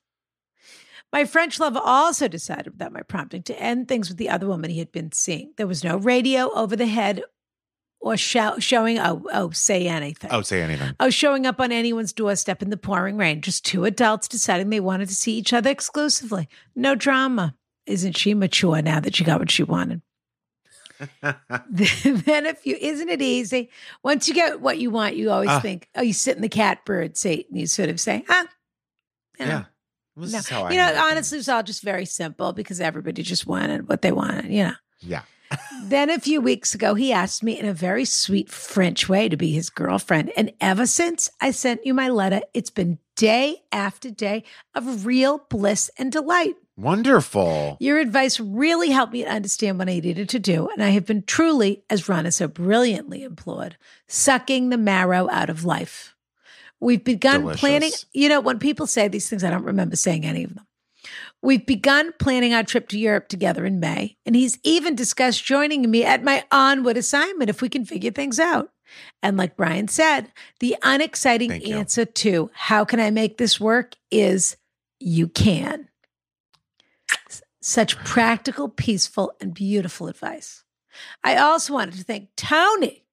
My French lover also decided without my prompting to end things with the other woman he had been seeing. There was no radio over the head or show, showing, oh, oh, say anything.
Oh,
<laughs>
say anything.
Oh, showing up on anyone's doorstep in the pouring rain. Just two adults deciding they wanted to see each other exclusively. No drama. Isn't she mature now that she got what she wanted? <laughs> then if you isn't it easy? Once you get what you want, you always
Ah.
think, oh, you sit in the catbird seat and you sort of say, huh? you know,
<laughs> yeah. This
no.
is how I
you know,
handle things.
honestly, it was all just very simple because everybody just wanted what they wanted, you know.
Yeah.
Then a few weeks ago, he asked me in a very sweet French way to be his girlfriend. And ever since I sent you my letter, it's been day after day of real bliss and delight.
Wonderful.
Your advice really helped me understand what I needed to do. And I have been truly, as Rana so brilliantly implored, sucking the marrow out of life. We've begun
Delicious.
planning, you know, when people say these things, I don't remember saying any of them. We've begun planning our trip to Europe together in May, and he's even discussed joining me at my onward assignment if we can figure things out. And like Brian said, the unexciting
Thank you.
answer to how can I make this work is you can. S- Such practical, peaceful, and beautiful advice. I also wanted to thank Tony.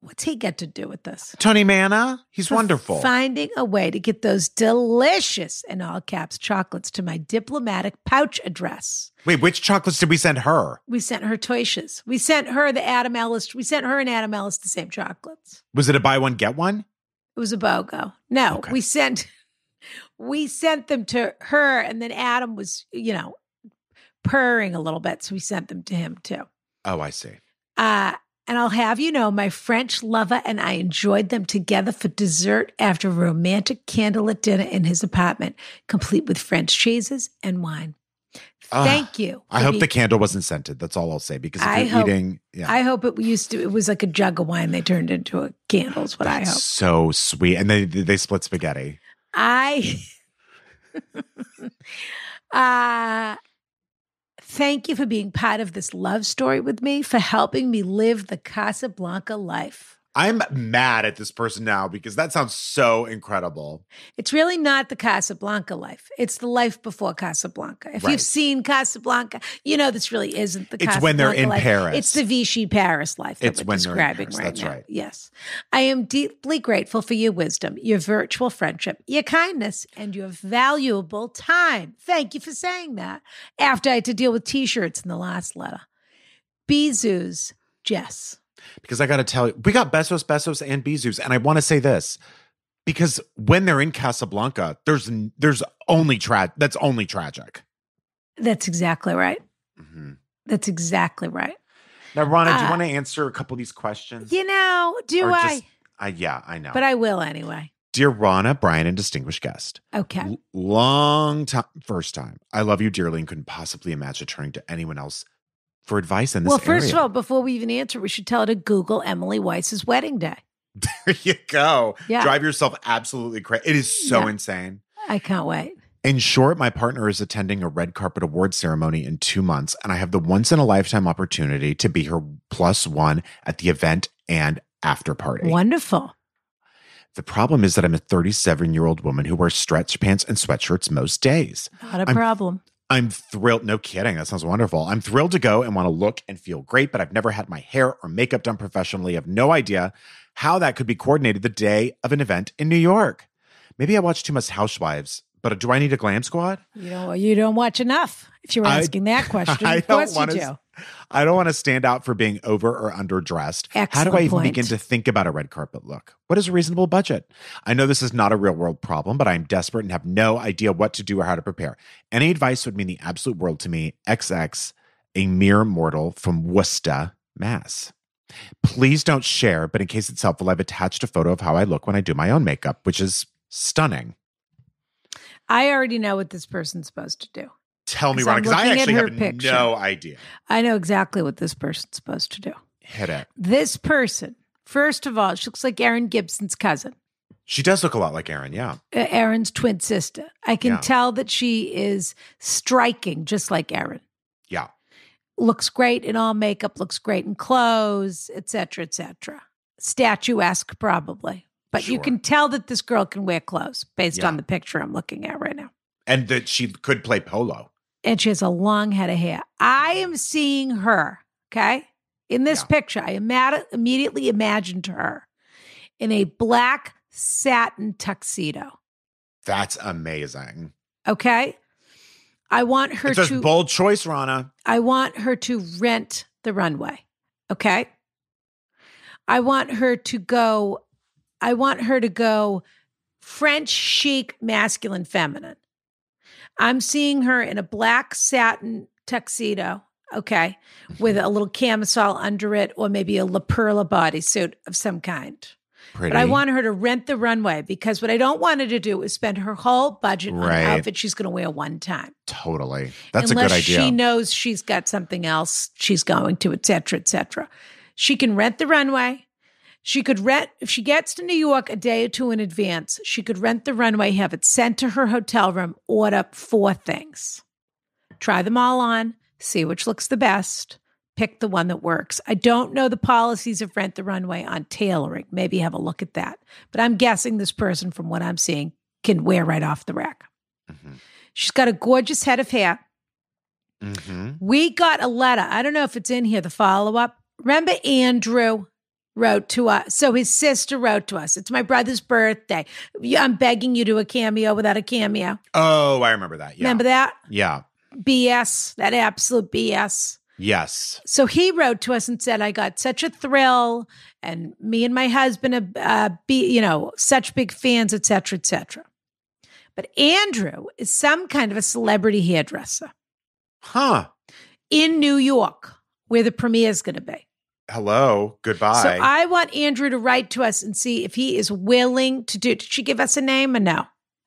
What's he got to do with this?
Tony Manna, he's
for
wonderful.
Finding a way to get those delicious, in all caps, chocolates to my diplomatic pouch address.
Wait, which chocolates did we send her?
We sent her Toyshes. We sent her the Adam Ellis. We sent her and Adam Ellis the same chocolates.
Was it a buy one get one?
It was a BOGO. No,
Okay.
we sent <laughs> we sent them to her, and then Adam was, you know, purring a little bit, so we sent them to him too.
Oh, I see.
Uh, and I'll have you know, my French lover and I enjoyed them together for dessert after a romantic candlelit dinner in his apartment, complete with French cheeses and wine.
Ah,
Thank you.
I
for
hope
being-
the candle wasn't scented. That's all I'll say because if
I
you're
hope-
eating, yeah.
I hope it used to. It was like a jug of wine they turned into a candle. Is what I
That's
hope.
so sweet. And they they split spaghetti.
I <laughs> uh thank you for being part of this love story with me, for helping me live the Casablanca life.
I'm mad at this person now because that sounds so incredible.
It's really not the Casablanca life. It's the life before Casablanca. If
Right.
you've seen Casablanca, you know this really isn't the
It's when they're
Casablanca
in
life.
Paris.
It's the Vichy Paris life that
It's
we're
when they're in
describing
Paris.
right
That's
now.
right.
Yes. I am deeply grateful for your wisdom, your virtual friendship, your kindness, and your valuable time. Thank you for saying that. After I had to deal with t-shirts in the last letter. Bezos, Jess.
because I got to tell you, we got Besos, Besos, and Bezos, and I want to say this because when they're in Casablanca, there's n- there's only tra- that's only tragic.
That's exactly right.
Mhm.
That's exactly right.
Now, Rana, do you
Uh,
want to answer a couple of these questions?
You know, do
Or
I?
just- Uh, yeah, I know.
But I will anyway.
Dear Rana, Brian, and distinguished guest,
Okay.
L- long time, first time. I love you dearly and couldn't possibly imagine turning to anyone else for advice in this
Well, first
area.
of all, before we even answer, we should tell her to Google Emily Weiss's wedding day.
<laughs> there you go.
Yeah.
Drive yourself absolutely crazy. It is so
Yeah.
insane.
I can't wait.
In short, my partner is attending a red carpet award ceremony in two months, and I have the once in a lifetime opportunity to be her plus one at the event and after party.
Wonderful.
The problem is that I'm a 37 year old woman who wears stretch pants and sweatshirts most days.
Not a
I'm-
problem.
I'm thrilled. No kidding. That sounds wonderful. I'm thrilled to go and want to look and feel great, but I've never had my hair or makeup done professionally. I have no idea how that could be coordinated the day of an event in New York. Maybe I watch too much Housewives, but do I need a glam squad?
You don't. You don't watch enough. If you're
I-
asking
<laughs>
that question,
I
of
don't
course you
wanna
do.
s- I don't want to stand out for being over or underdressed. How do I
Excellent
even
point.
begin to think about a red carpet look? What is a reasonable budget? I know this is not a real world problem, but I'm desperate and have no idea what to do or how to prepare. Any advice would mean the absolute world to me. XX, a mere mortal from Worcester, Mass. Please don't share, but in case it's helpful, I've attached a photo of how I look when I do my own makeup, which is stunning.
I already know what this person's supposed to do.
Tell me,
'Cause I'm
Ron, because I
looking at
actually
her
have
picture.
no idea.
I know exactly what this person's supposed to do.
Hit it.
This person, first of all, she looks like Aaron Gibson's cousin,
She does look a lot like Aaron. Yeah.
uh, Aaron's twin sister. I can
Yeah.
tell that she is striking, just like Aaron.
Yeah.
Looks great in all makeup. Looks great in clothes, etc., etc. Statuesque, probably. But you
Sure.
can tell that this girl can wear clothes based
Yeah.
on the picture I'm looking at right now.
and that she could play polo.
and she has a long head of hair. I am seeing her, okay? In this
Yeah.
picture, I ima- immediately imagined her in a black satin tuxedo,
That's amazing.
okay? I want her
it's a
to
bold choice, Rana.
I want her to rent the runway, okay? I want her to go I want her to go French chic masculine feminine. I'm seeing her in a black satin tuxedo, okay, with a little camisole under it, or maybe a La Perla bodysuit of some kind.
Pretty.
But I want her to rent the runway because what I don't want her to do is spend her whole budget on
Right.
an outfit she's going to wear one time.
totally. That's
unless
a good
she
idea.
knows she's got something else she's going to, et cetera, et cetera. She can rent the runway. She could rent, if she gets to New York a day or two in advance, she could rent the runway, have it sent to her hotel room, order four things. Try them all on, see which looks the best, pick the one that works. I don't know the policies of rent the runway on tailoring. Maybe have a look at that. But I'm guessing this person, from what I'm seeing, can wear right off the rack.
Mhm.
She's got a gorgeous head of hair.
Mhm.
We got a letter. I don't know if it's in here, the follow up. Remember, Andrew wrote to us. So his sister wrote to us. It's my brother's birthday. Yeah, I'm begging you to a cameo without a cameo.
Oh, I remember that. Yeah.
Remember that?
yeah.
BS, that absolute BS.
Yes.
So he wrote to us and said, I got such a thrill, and me and my husband are, uh, be, you know, such big fans, et cetera, et cetera. But Andrew is some kind of a celebrity hairdresser
Huh.
in New York, where the premiere is going to be.
Hello. Goodbye.
So I want Andrew to write to us and see if he is willing to do. Did she give us a name or no?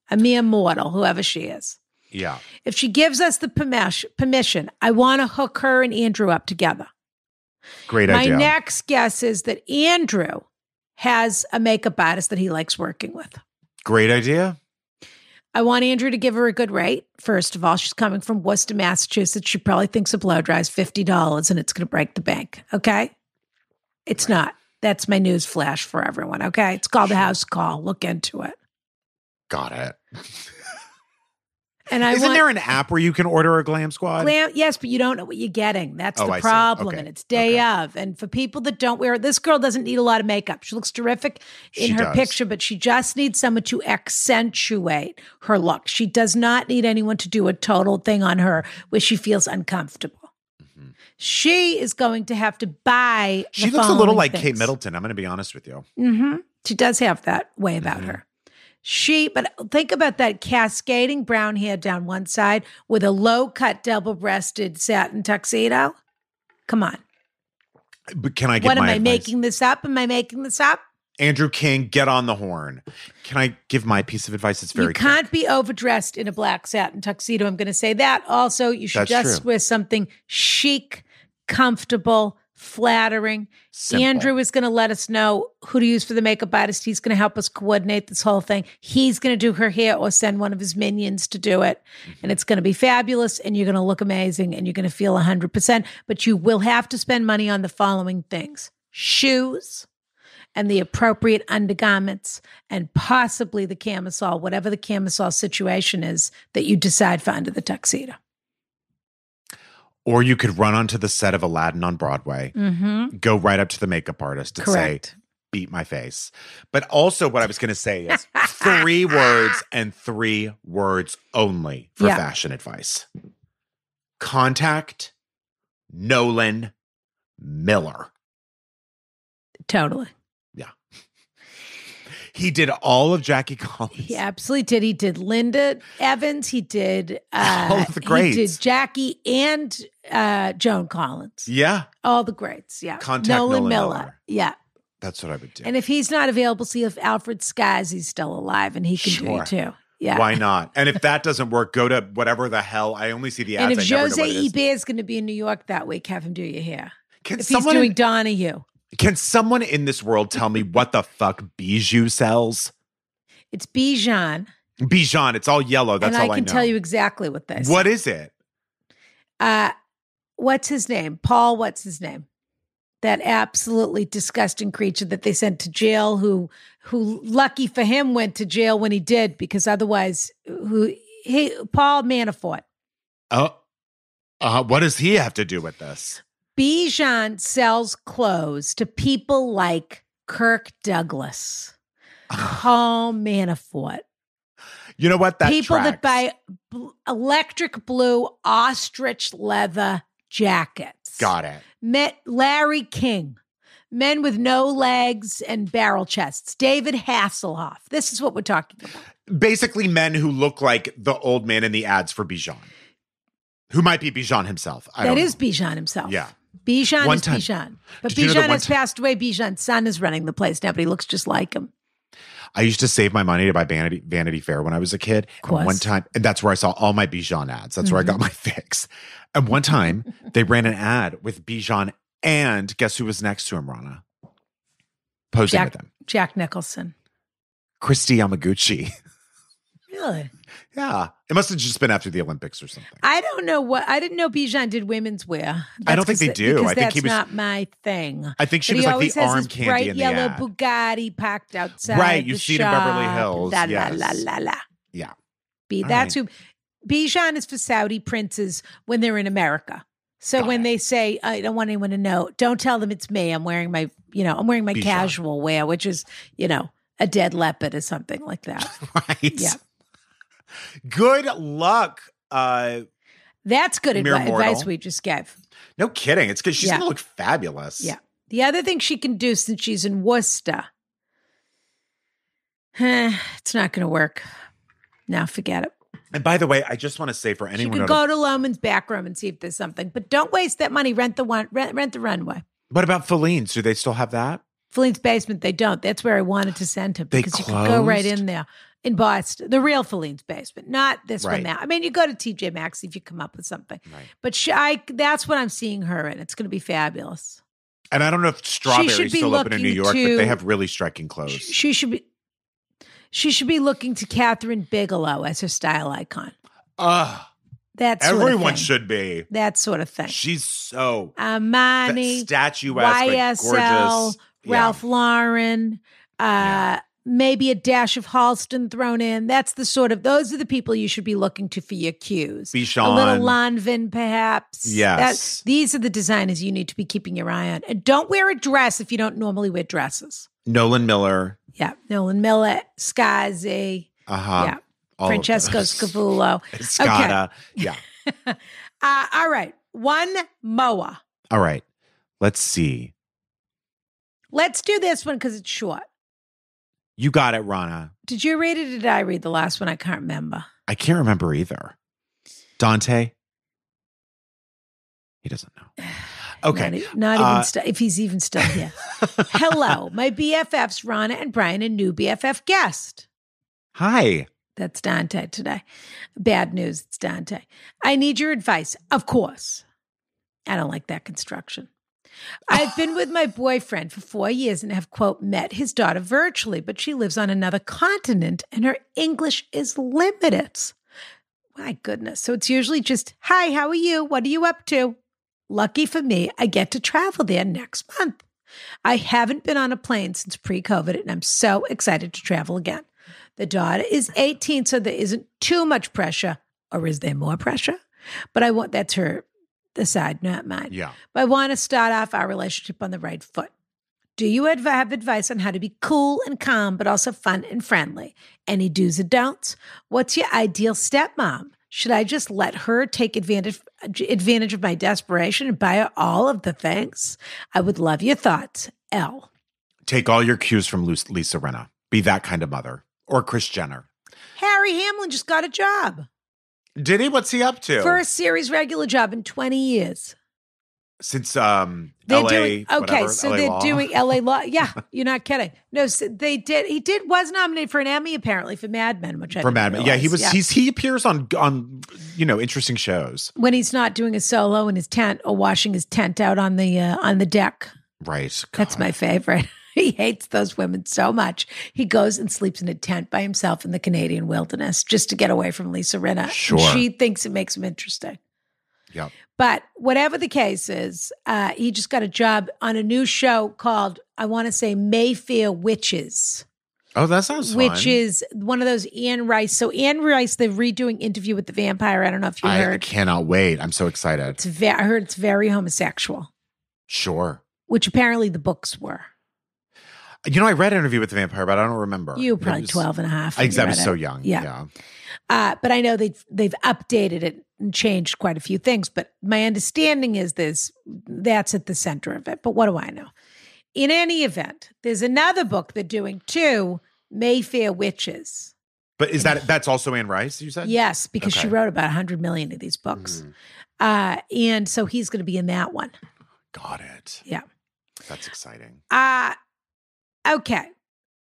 A mere mortal, whoever she is.
yeah.
If she gives us the permesh- permission, I want to hook her and Andrew up together.
Great
My
idea.
next guess is that Andrew has a makeup artist that he likes working with.
Great idea.
I want Andrew to give her a good rate. First of all, she's coming from Worcester, Massachusetts. She probably thinks a blow dry is fifty dollars and it's going to break the bank. Okay, it's not. That's my news flash for everyone. Okay, it's called
Sure.
the house call. Look into it.
Got it.
And I
Isn't
want
there an app where you can order a glam squad?
glam. Yes, but you don't know what you're getting. That's
Oh,
the
I see.
problem.
Okay.
And it's day of. And for people that don't wear it, this girl doesn't need a lot of makeup. She looks terrific in
She
her
does.
picture, but she just needs someone to accentuate her look. She does not need anyone to do a total thing on her where she feels uncomfortable.
Mhm.
She is going to have to buy. the
She looks a little
following
like Kate
things.
Middleton. I'm going to be honest with you.
hmm She does have that way about
Mhm.
her. She, but think about that cascading brown hair down one side with a low cut, double breasted satin tuxedo. Come on.
But can I get
What am
my
I
advice?
making this up? Am I making this up?
Andrew King, get on the horn. Can I give my piece of advice? It's very
you can't be overdressed in a black satin tuxedo. I'm going to say that. Also, you should
That's
just
true.
wear something chic, comfortable, flattering.
simple.
Andrew is going to let us know who to use for the makeup artist. He's going to help us coordinate this whole thing. He's going to do her hair or send one of his minions to do it. And it's going to be fabulous. And you're going to look amazing and you're going to feel 100%. But you will have to spend money on the following things shoes and the appropriate undergarments and possibly the camisole, whatever the camisole situation is that you decide for under the tuxedo.
Or you could run onto the set of Aladdin on Broadway,
Mm-hmm.
go right up to the makeup artist and say,
Correct.
beat my face. But also, what I was going to say is
<laughs>
three words and three words only for
Yeah.
fashion advice contact Nolan Miller.
Totally.
He did all of Jackie Collins.
He absolutely did. He did Linda Evans. He did uh,
<laughs> All of the greats.
He did Jackie and uh, Joan Collins.
Yeah.
All the greats. Yeah.
Contact Nolan Miller.
Yeah.
That's what I would do.
And if he's not available, see if Alfred Skies he's still alive and he can
Sure.
do it too. Yeah.
Why not? And if that doesn't work, go to whatever the hell. I only see the ads.
and if
I never know what it
Jose
is.
Eber is going to be in New York that week, have him do your hair.
can
If
someone
he's doing Donahue,
can someone in this world tell me what the fuck bijou sells?
it's Bijan,
Bijan, it's all yellow.
and
That's
I can
all I know.
tell you exactly what this.
what is it?
uh what's his name paul what's his name that absolutely disgusting creature that they sent to jail who who lucky for him went to jail when he did because otherwise who he paul manafort
Oh, uh, what does he have to do with this?
bijan sells clothes to people like kirk douglas paul manafort
You know what? That
people
tracks.
that buy bl- electric blue ostrich leather jackets
Got it.
met Larry King, men with no legs and barrel chests, David Hasselhoff. This is what we're talking about.
Basically, men who look like the old man in the ads for Bijan, who might be Bijan himself. I
that
don't
is Bijan himself.
Yeah.
Bijan
One
is
time-
Bijan. But
Did you know that
Bijan
one
has
time-
passed away. Bijan's son is running the place now, but he looks just like him.
know. I used to save my money to buy Vanity Vanity Fair when I was a kid.
Of
And
course. Mm-hmm.
one time, and that's where I saw all my Bijan ads. That's where I got my <laughs> fix. And one time, they ran an ad with Bijan, and guess who was next to him, Rana? Posing
Jack,
with him,
Jack Nicholson.
Christy Yamaguchi. <laughs>
Really?
yeah, it must have just been after the Olympics or something.
I don't know what I didn't know Bijan did women's wear. That's
don't think
'cause-
they do.
because
I think
that's
he was-
not my thing.
I think she
but he
was like
always
the
has
arm
his
candy
bright
in the
yellow
ad.
Bugatti packed outside.
Right, you
the
see it in Beverly
shop.
Hills,
La la
yes.
la la la.
Yeah.
B.
All
that's who Bijan is for Saudi princes when they're in America. So
Got
when
it.
they say, I don't want anyone to know, don't tell them it's me. I'm wearing my, you know, I'm wearing my
Bijan.
casual wear, which is, you know, a dead leopard or something like
<laughs>
that.
<laughs> right?
Yeah.
Good luck. Uh,
That's good
Mere
advi- advice
mortal.
we just gave.
no kidding. It's because she's
Yeah.
gonna look fabulous.
Yeah. The other thing she can do since she's in Worcester, <sighs> eh, it's not going to work. Now forget it.
And by the way, I just want to say for
You
anyone,
can
out
go
of-
to Loman's back room and see if there's something, but don't waste that money. Rent the one, rent, rent the runway.
what about Feline's? Do they still have that?
Feline's basement, they don't. That's where I wanted to send him
They
because you could go right
closed?
in there in Boston, the real Feline's basement, not this one
Right.
now. I mean, you go to TJ Maxx if you come up with something,
Right.
but she, I, that's what I'm seeing her in. It's going to be fabulous.
And I don't know if Strawberry's
be
still open in New
looking
York, but
to-
they have really striking clothes.
She should be. She should be looking to Catherine Bigelow as her style icon.
Ugh,
That sort
everyone
of thing.
should be.
That sort of thing.
She's so that
Armani,
statuesque, like,
YSL,
gorgeous.
Ralph Lauren, uh,
Yeah.
maybe a dash of Halston thrown in. That's the sort of those are the people you should be looking to for your cues.
yeah.
A
Bichon.
little Lanvin, perhaps. That-
Yes.
these are the designers you need to be keeping your eye on. And don't wear a dress if you don't normally wear dresses.
Nolan Miller.
Yeah, Nolan Miller, Skazi,
Uh huh. <laughs>
Yeah. Francesco Scavullo.
Scada. Yeah.
<laughs> Uh, all right. One MOA.
All right. Let's see.
Let's do this one because it's short.
You got it, Rana.
Did you read it or did I read the last one? I can't remember.
I can't remember either. Dante? He doesn't
<sighs>
know.
Not,
Okay.
e- not
Uh,
even st- if he's even
<laughs>
still here. Hello, my BFFs, Rana and Brian, and new BFF guest.
Hi.
That's Dante today. Bad news. It's Dante. I need your advice. Of course. I don't like that construction. I've been with my boyfriend for four years and have, quote, met his daughter virtually, but she lives on another continent and her English is limited. My goodness. So it's usually just, hi, how are you? What are you up to? Lucky for me, I get to travel there next month. I haven't been on a plane since pre COVID and I'm so excited to travel again. The daughter is 18, so there isn't too much pressure, or is there more pressure? But I want that's her the side, not mine.
Yeah.
But I want to start off our relationship on the right foot. Do you adv- have advice on how to be cool and calm, but also fun and friendly? Any do's and don'ts? What's your ideal stepmom? Should I just let her take advantage advantage of my desperation and buy her all of the things? I would love your thoughts. L.
Take all your cues from Lu- Lisa Renna. Be that kind of mother or Chris Jenner.
Harry Hamlin just got a job.
Did he? What's he up to?
First series regular job in 20 years.
Since um,
They're
LA.
doing okay,
whatever,
so
LA
they're
law. <laughs>
doing LA Law. Yeah, you're not kidding. No, so they did. He did was nominated for an Emmy apparently for Mad Men, which I
for
didn't
Mad Men. Yeah, he
realize.
was. He's he appears on on you know interesting shows.
when he's not doing a solo in his tent or washing his tent out on the uh, on the deck.
Right.
That's
God.
my favorite. <laughs> He hates those women so much. He goes and sleeps in a tent by himself in the Canadian wilderness just to get away from Lisa Rinna. And
Sure.
she thinks it makes him interesting.
Yep.
But whatever the case is, uh, he just got a job on a new show called, I want to say, Mayfair Witches,
Oh, that sounds
which
fun.
is one of those Anne Rice. So Anne Rice, they're redoing Interview with the Vampire. I don't know if you
I
heard.
cannot wait. I'm so excited.
It's ve- I heard it's very homosexual,
Sure.
which apparently the books were.
You know, I read Interview with the Vampire, but I don't remember.
You were
It
probably
was-
12 and a half.
I,
when you
I was
read it.
so young.
Yeah. Uh, but I know they've they've updated it and changed quite a few things. But my understanding is this that's at the center of it. But what do I know? In any event, there's another book they're doing too, Mayfair Witches.
But is that that's also Anne Rice? You said.
Yes, because she
Okay.
wrote about 100 million of these books.
Mm,
Uh, and so he's going to be in that one.
got it.
Yeah.
That's exciting.
Uh, okay.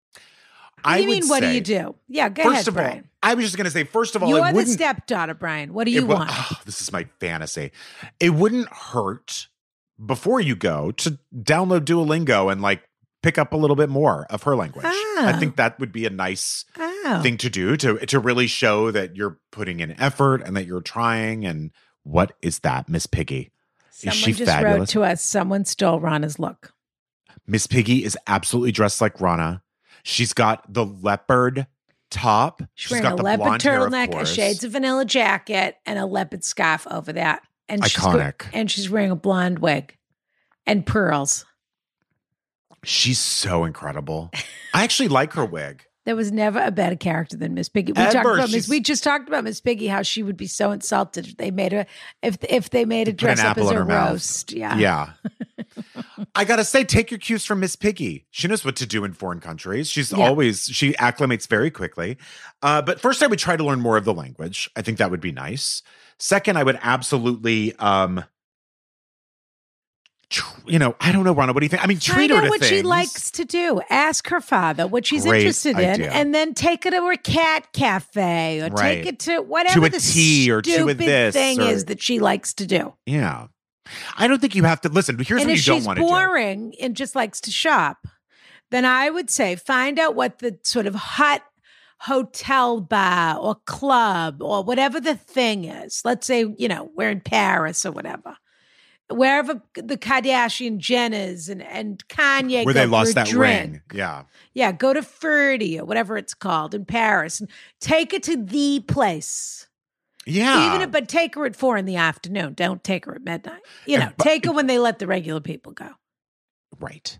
What
I
do you mean,
would
what do
say-
you do? Yeah, go ahead,
First of all,
Brian.
I was just going to say. First of all,
You're
it
the
wouldn't.
stepdaughter, Brian. What do you
it wa- <laughs>
want?
Ah, this is my fantasy. It wouldn't hurt before you go to download Duolingo and like pick up a little bit more of her language. I
Ah.
think that would be a nice
Oh.
thing to do to to really show that you're putting in effort and that you're trying. And what is that, Miss Piggy?
Oh, Someone
she
just wrote
fabulous?
to us. Someone stole Rana's look.
Miss Piggy is absolutely dressed like Rana. She's got the leopard top.
She's
She's
wearing
got
a
the
leopard
blonde hair, of
turtleneck, a
course.
shades of vanilla jacket, and a leopard scarf over that. And she's go-
Iconic.
and she's wearing a blonde wig and pearls.
She's so incredible. I actually like her wig.
There was never a better character than Miss Piggy. We talked
Ever.
about Miss.
She's-
We just talked about Miss Piggy. How she would be so insulted if they made her if if they made her
Put an
dress up
apple
as
in
a
her mouth.
roast. Yeah.
Yeah. I gotta say, take your cues from Miss Piggy. She knows what to do in foreign countries. She's
Yeah.
always she acclimates very quickly. Uh, but first, I would try to learn more of the language. I think that would be nice. Second, I would absolutely, um, tr- you know, I don't know, Rana. What do you think? I mean, treat
Find
her
out
to
what she
things.
likes to do. Ask her father what she's
Great
interested in,
idea.
and then take her to her cat cafe or
Right.
take it to whatever
a
the
tea or to a
stupid
this
thing
or-
is that she likes to do.
Yeah, I don't think you have to listen. Here's
and
what
if
you don't
she's
want to do.
boring and just likes to shop, then I would say find out what the sort of hot hotel bar or club or whatever the thing is. Let's say, you know, we're in Paris or whatever. Wherever the Kardashian Jenners and, and Kanye
Where
go
they
for a
lost that
drink.
ring. Yeah.
Yeah, go to Ferdy or whatever it's called in Paris and take her to the place.
Yeah.
Even if, but take her at four in the afternoon. Don't take her at midnight. You
And
know,
bu-
take her when they let the regular people go.
Right.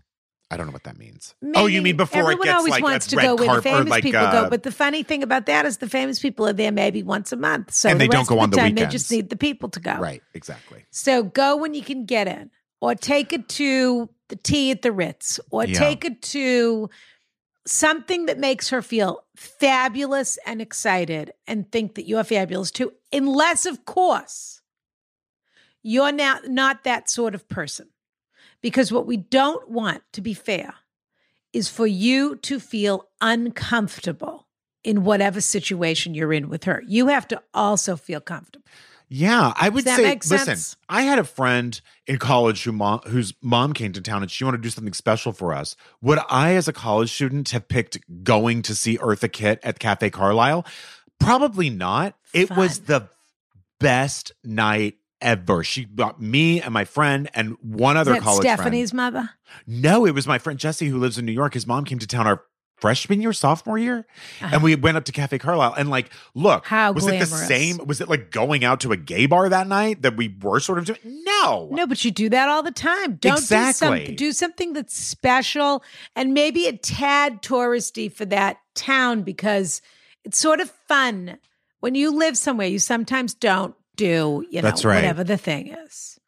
I don't know what that means. oh, you
Maybe
mean before
everyone
it gets
always
like
wants
a
to
red
go where the
carpet or
famous
like
people
uh,
go. But the funny thing about that is the famous people are there maybe once a month, so
And
the
they don't
rest
go
of
on the
time, They
weekends.
just need the people to go.
right, exactly.
So go when you can get in, or take it to the tea at the Ritz, or
Yeah.
take it to something that makes her feel fabulous and excited and think that you're fabulous too, unless, of course, you're now not that sort of person. Because what we don't want, to be fair, is for you to feel uncomfortable in whatever situation you're in with her. You have to also feel comfortable.
Yeah, I would
that
say.
make sense?
Listen, I had a friend in college who mom, whose mom came to town, and she wanted to do something special for us. Would I, as a college student, have picked going to see Eartha Kitt at Cafe Carlisle? Probably not. It was
Fun.
the best night ever. She brought me and my friend and one other
is that
college friend.
Stephanie's mother?
No, it was my friend Jesse who lives in New York. His mom came to town our freshman year, sophomore year,
Uh-huh.
and we went up to Cafe Carlisle. And like, look,
How
was it the
glamorous.
same? Was it like going out to a gay bar that night that we were sort of doing? No,
No, but you do that all the time. Don't do
Exactly.
something. Do something that's special and maybe a tad touristy for that town because it's sort of fun when you live somewhere. You sometimes don't do you know
That's right.
whatever the thing is,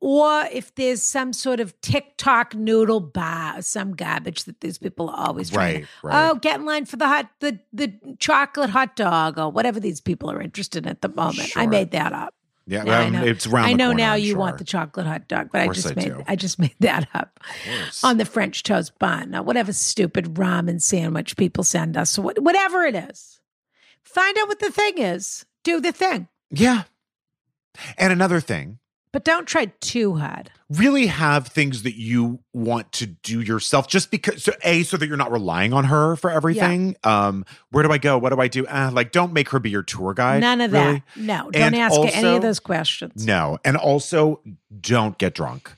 or if there's some sort of TikTok noodle bar, or some garbage that these people are always trying. to-
right, right.
Oh, get in line for the hot the the chocolate hot dog or whatever these people are interested in at the moment. I
Sure.
made that up.
yeah,
now I
um,
know.
it's round.
I
the
know
corner,
now
I'm
you
sure.
want the chocolate hot dog, but I
course
just
I
made
do.
I just <laughs> made that up
Of course.
on the French toast bun or whatever stupid ramen sandwich people send us, wh- whatever it is. Find out what the thing is. Do the thing,
yeah. And another thing,
but don't try too hard.
really have things that you want to do yourself just because so a so that you're not relying on her for everything um where do i go what do i do uh, like don't make her be your tour guide
None of
really.
that. No, don't
And
ask her any
also-
of those questions.
No. And also, don't get drunk.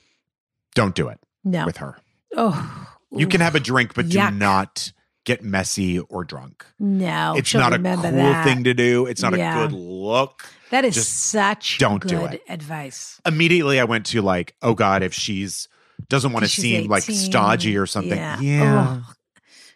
Don't do it
No.
with her.
oh,
You can
ooh,
have a drink, but do
Yuck.
not get messy or drunk.
no.
it's
she'll
not a cool
remember that.
thing to do. It's not
Yeah.
a good look.
That is
Just
such
don't
good
do it.
advice.
Immediately, I went to like, oh God, if she's doesn't want to
She's
seem like
18.
stodgy or something. Yeah.
Ugh.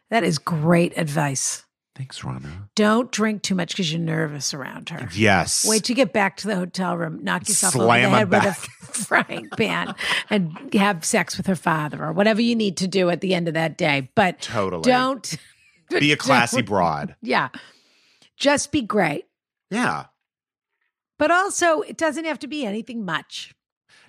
That is great advice.
Thanks, Rana.
Don't drink too much because you're nervous around her.
Yes.
Wait to get back to the hotel room, knock yourself over the
Slam her
head with a
back.
<laughs> frying pan, and have sex with her father or whatever you need to do at the end of that day. But
totally.
don't <laughs>
be a
don't-
classy broad.
Yeah, just be great.
Yeah.
But also, it doesn't have to be anything much.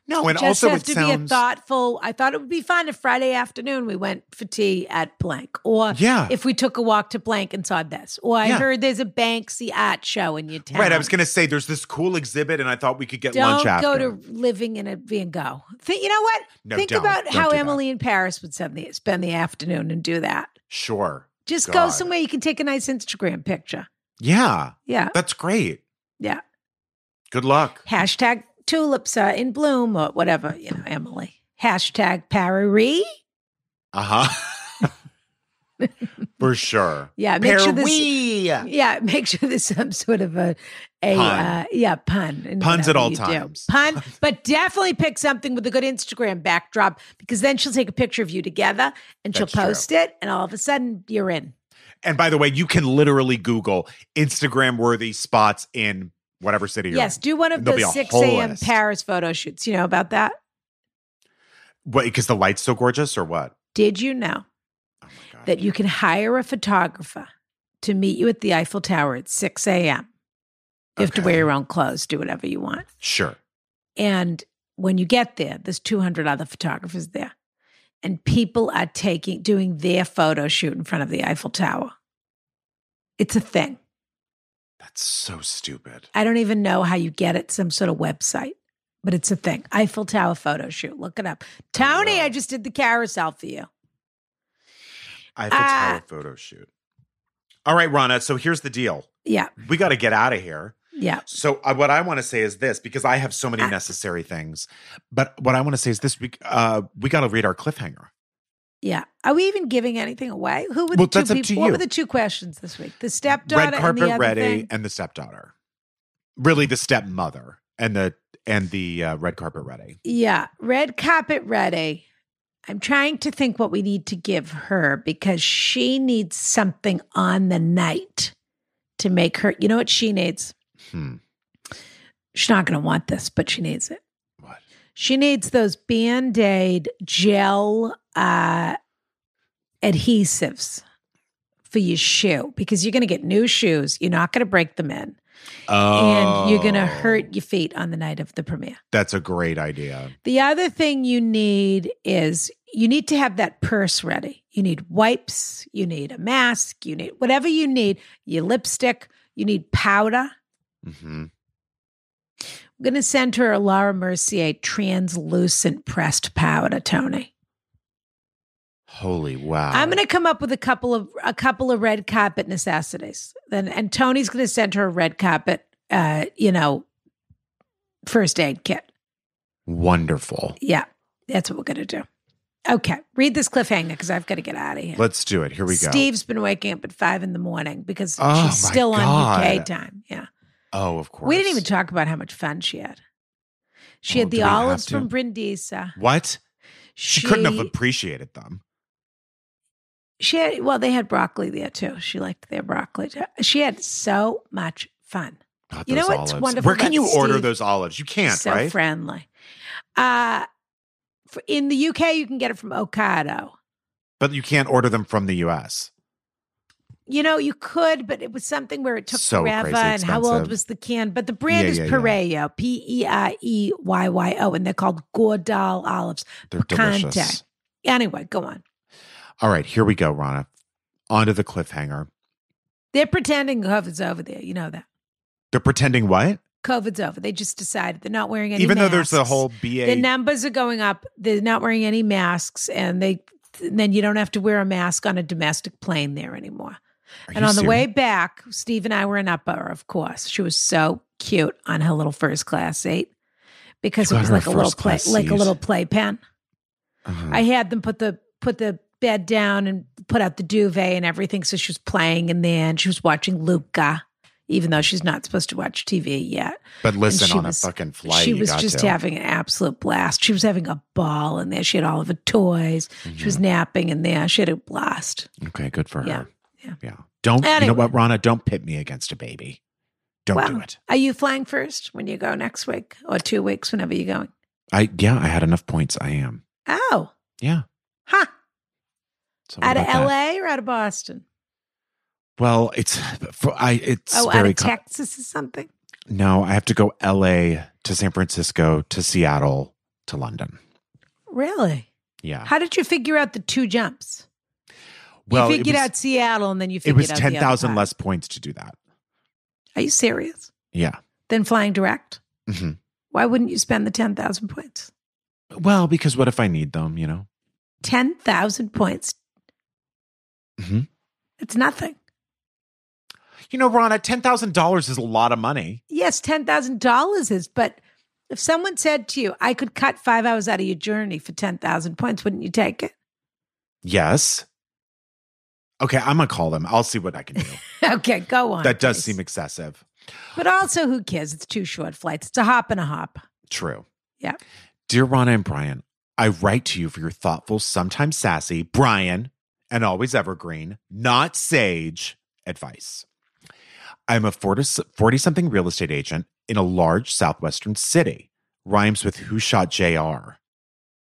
No, Oh, and
just
also
has
it
to be a
sounds.
thoughtful. I thought it would be fun if Friday afternoon we went for tea at blank, or
Yeah.
if we took a walk to blank and saw this, or I
Yeah.
heard there's a Banksy art show in your town.
Right. I was going to say there's this cool exhibit, and I thought we could get
Don't
lunch after.
go to living in a Van Gogh. Think, you know what?
No,
Think
don't.
about
Don't
how
do that.
Emily in Paris would spend the, spend the afternoon and do that.
Sure.
Just go
God.
somewhere you can take a nice Instagram picture.
Yeah.
Yeah,
That's great.
yeah.
Good luck.
Hashtag tulips are in bloom or whatever. You know, Emily. Hashtag Paris.
Uh huh. <laughs> For sure.
<laughs> Yeah, make sure this.
Paris.
Yeah, <laughs> make sure there's some sort of a a
Pun.
Uh, yeah pun. in
Puns at
whatever
all
you do.
times. <laughs>
Pun, but definitely pick something with a good Instagram backdrop because then she'll take a picture of you together and
That's
she'll
true.
post it, and all of a sudden you're in.
And by the way, you can literally Google Instagram worthy spots in whatever city you're
Yes, do one of
There'll
those
be a
six
whole
a.m.
list.
Paris photo shoots. You know about that?
in. What, because the light's so gorgeous or what?
Did you know
Oh my God.
that you can hire a photographer to meet you at the Eiffel Tower at six a.m. You have to
Okay.
wear your own clothes, do whatever you want.
Sure.
And when you get there, there's 200 other photographers there. And people are taking, doing their photo shoot in front of the Eiffel Tower. It's a thing.
That's so stupid.
I don't even know how you get it, some sort of website, but it's a thing. Eiffel Tower photo shoot. Look it up. Tony,
Oh, Wow.
I just did the carousel for you.
Eiffel
Ah.
Tower photo shoot. All right, Rana. So here's the deal.
Yeah.
We got to get out of here.
Yeah.
So uh, what I want to say is this because I have so many
Uh,
necessary things, but what I want to say is this week uh, we got to read our cliffhanger.
Yeah. Are we even giving anything away? Who were the
Well,
two
that's up to
people? What
you.
were the two questions this week? The
Red
stepdaughter and
carpet
the other
ready
thing?
and the stepdaughter, really the stepmother and the and the uh, red carpet ready.
Yeah, red carpet ready. I'm trying to think what we need to give her because she needs something on the night to make her. You know what she needs?
Hmm.
She's not going to want this, but she needs it.
What?
She needs those band aid gel uh, adhesives for your shoe because you're going to get new shoes. You're not going to break them in.
Oh,
And you're going to hurt your feet on the night of the premiere.
That's a great idea.
The other thing you need is you need to have that purse ready. You need wipes, you need a mask, you need whatever you need, your lipstick, you need powder.
hmm
I'm going to send her a Laura Mercier translucent pressed powder, Tony.
Holy wow!
I'm going to come up with a couple of a couple of red carpet necessities. Then and Tony's going to send her a red carpet uh, you know, first aid kit.
wonderful.
Yeah. That's what we're going to do. Okay. Read this cliffhanger cuz I've got to get out of here.
Let's do it. Here we go.
Steve's been waking up at five in the morning because
Oh,
she's
my
still on UK
God.
time. Yeah.
Oh, of course.
We didn't even talk about how much fun she had. She
Oh,
had
do
the
we have
olives
to?
from Brindisa.
What?
She,
She, couldn't have appreciated them.
She had, well, they had broccoli there too. She liked their broccoli. too. She had so much fun.
God,
You know
those
what's
olives.
wonderful
Where can
about
you order
Steve?
those olives? You can't,
so
right?
friendly. Uh, for, in the UK, you can get it from Ocado.
but you can't order them from the U.S.
You know, you could, but it was something where it took
So
forever.
crazy
And how old
expensive.
was the can? But the brand
Yeah,
is
yeah, yeah.
Pireo, P E I E Y Y O, and they're called Gordal olives.
They're
Picante.
delicious.
Anyway, go on.
All right, here we go, Rana. Onto the cliffhanger.
They're pretending COVID's over there. You know that.
They're pretending what?
COVID's over. They just decided they're not wearing any
Even though
masks.
there's the whole
The
BA.
numbers are going up. They're not wearing any masks, and they and then you don't have to wear a mask on a domestic plane there anymore.
Are
and
you
on the way
serious?
back, Steve and I were in Upper, of course. She was so cute on her little first class seat because
You
it
got
was
her a
like a little
first
play,
class
like a
seat.
little playpen.
Uh-huh.
I had them put the put the bed down and put out the duvet and everything. So she was playing in there and she was watching Luca, even though she's not supposed to watch TV yet.
but
she
listen, on
was-
a fucking flight,
she
you
was
got
just
to.
having an absolute blast. She was having a ball in there. She had all of her toys. She
Mm.
was napping in there. She had a blast.
Mhm. okay. Good for her.
Yeah,
Yeah,
yeah.
Don't you
Anyway.
know what, Rana? Don't pit me against a baby. Don't
Wow.
do it.
Are you flying first when you go next week or two weeks, whenever you're going?
I yeah. I had enough points. I am.
Oh,
Yeah.
huh.
So what
Out of
about that?
LA or out of Boston?
Well, it's for, I. It's
oh, out
very
of
com-
Texas or something?
no. I have to go L.A. to San Francisco to Seattle to London.
Really?
Yeah.
How did you figure out the two jumps? you
it
figured
was-
out Seattle and then you
It
figured
was
out the other
ten thousand
part.
less points to do that.
Are you serious?
Yeah.
Then flying direct?
Mhm.
Why wouldn't you spend the 10,000 points?
Well, because what if I need them? You know.
10,000 points.
Mhm.
It's nothing.
You know, Rana, ten thousand dollars is a lot of money.
Yes, $10,000 is, but if someone said to you, I could cut five hours out of your journey for 10,000 points, wouldn't you take it? <laughs>
Yes. Okay, I'm gonna call them. I'll see what I can
<laughs>
do.
okay, go on.
that does
please.
seem excessive.
But also, who cares? It's two short flights. It's a hop and a hop.
True.
Yeah.
Dear Rana and Brian, I write to you for your thoughtful, sometimes sassy, Brian, and always evergreen, not sage advice. I'm a 40 something real estate agent in a large southwestern city. Rhymes with who shot JR.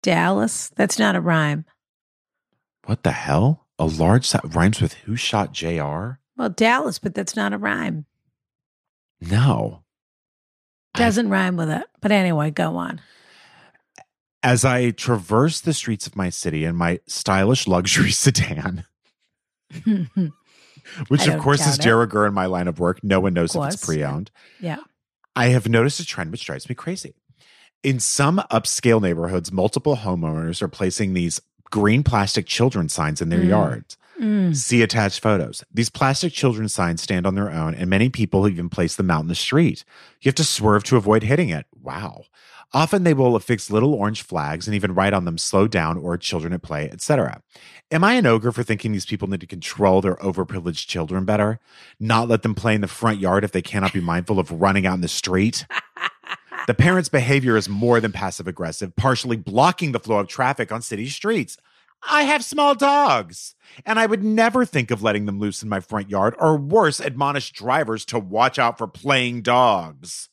Dallas, that's not a rhyme.
What the hell? A large sou- rhymes with who shot JR?
Well, Dallas, but that's not a rhyme.
No. I-
Doesn't rhyme with it. But anyway, go on. <laughs>
As I traverse the streets of my city in my stylish luxury <laughs> sedan,
I
which of
don't
course is
doubt it.
de rigueur in my line of work, no one knows
Of
if it's
course, yeah.
pre owned.
yeah.
I have noticed a trend which drives me crazy. In some upscale neighborhoods, multiple homeowners are placing these green plastic children signs in their
Mm.
yards.
Mm.
See attached photos. These plastic children signs stand on their own, and many people even place them out in the street. You have to swerve to avoid hitting it. Wow. Often they will affix little orange flags and even write on them slow down or children at play, etc. Am I an ogre for thinking these people need to control their overprivileged children better? Not let them play in the front yard if they cannot be mindful of running out in the street? The parents' behavior is more than passive aggressive, partially blocking the flow of traffic on city streets. I have small dogs, and I would never think of letting them loose in my front yard or worse, admonish drivers to watch out for playing dogs.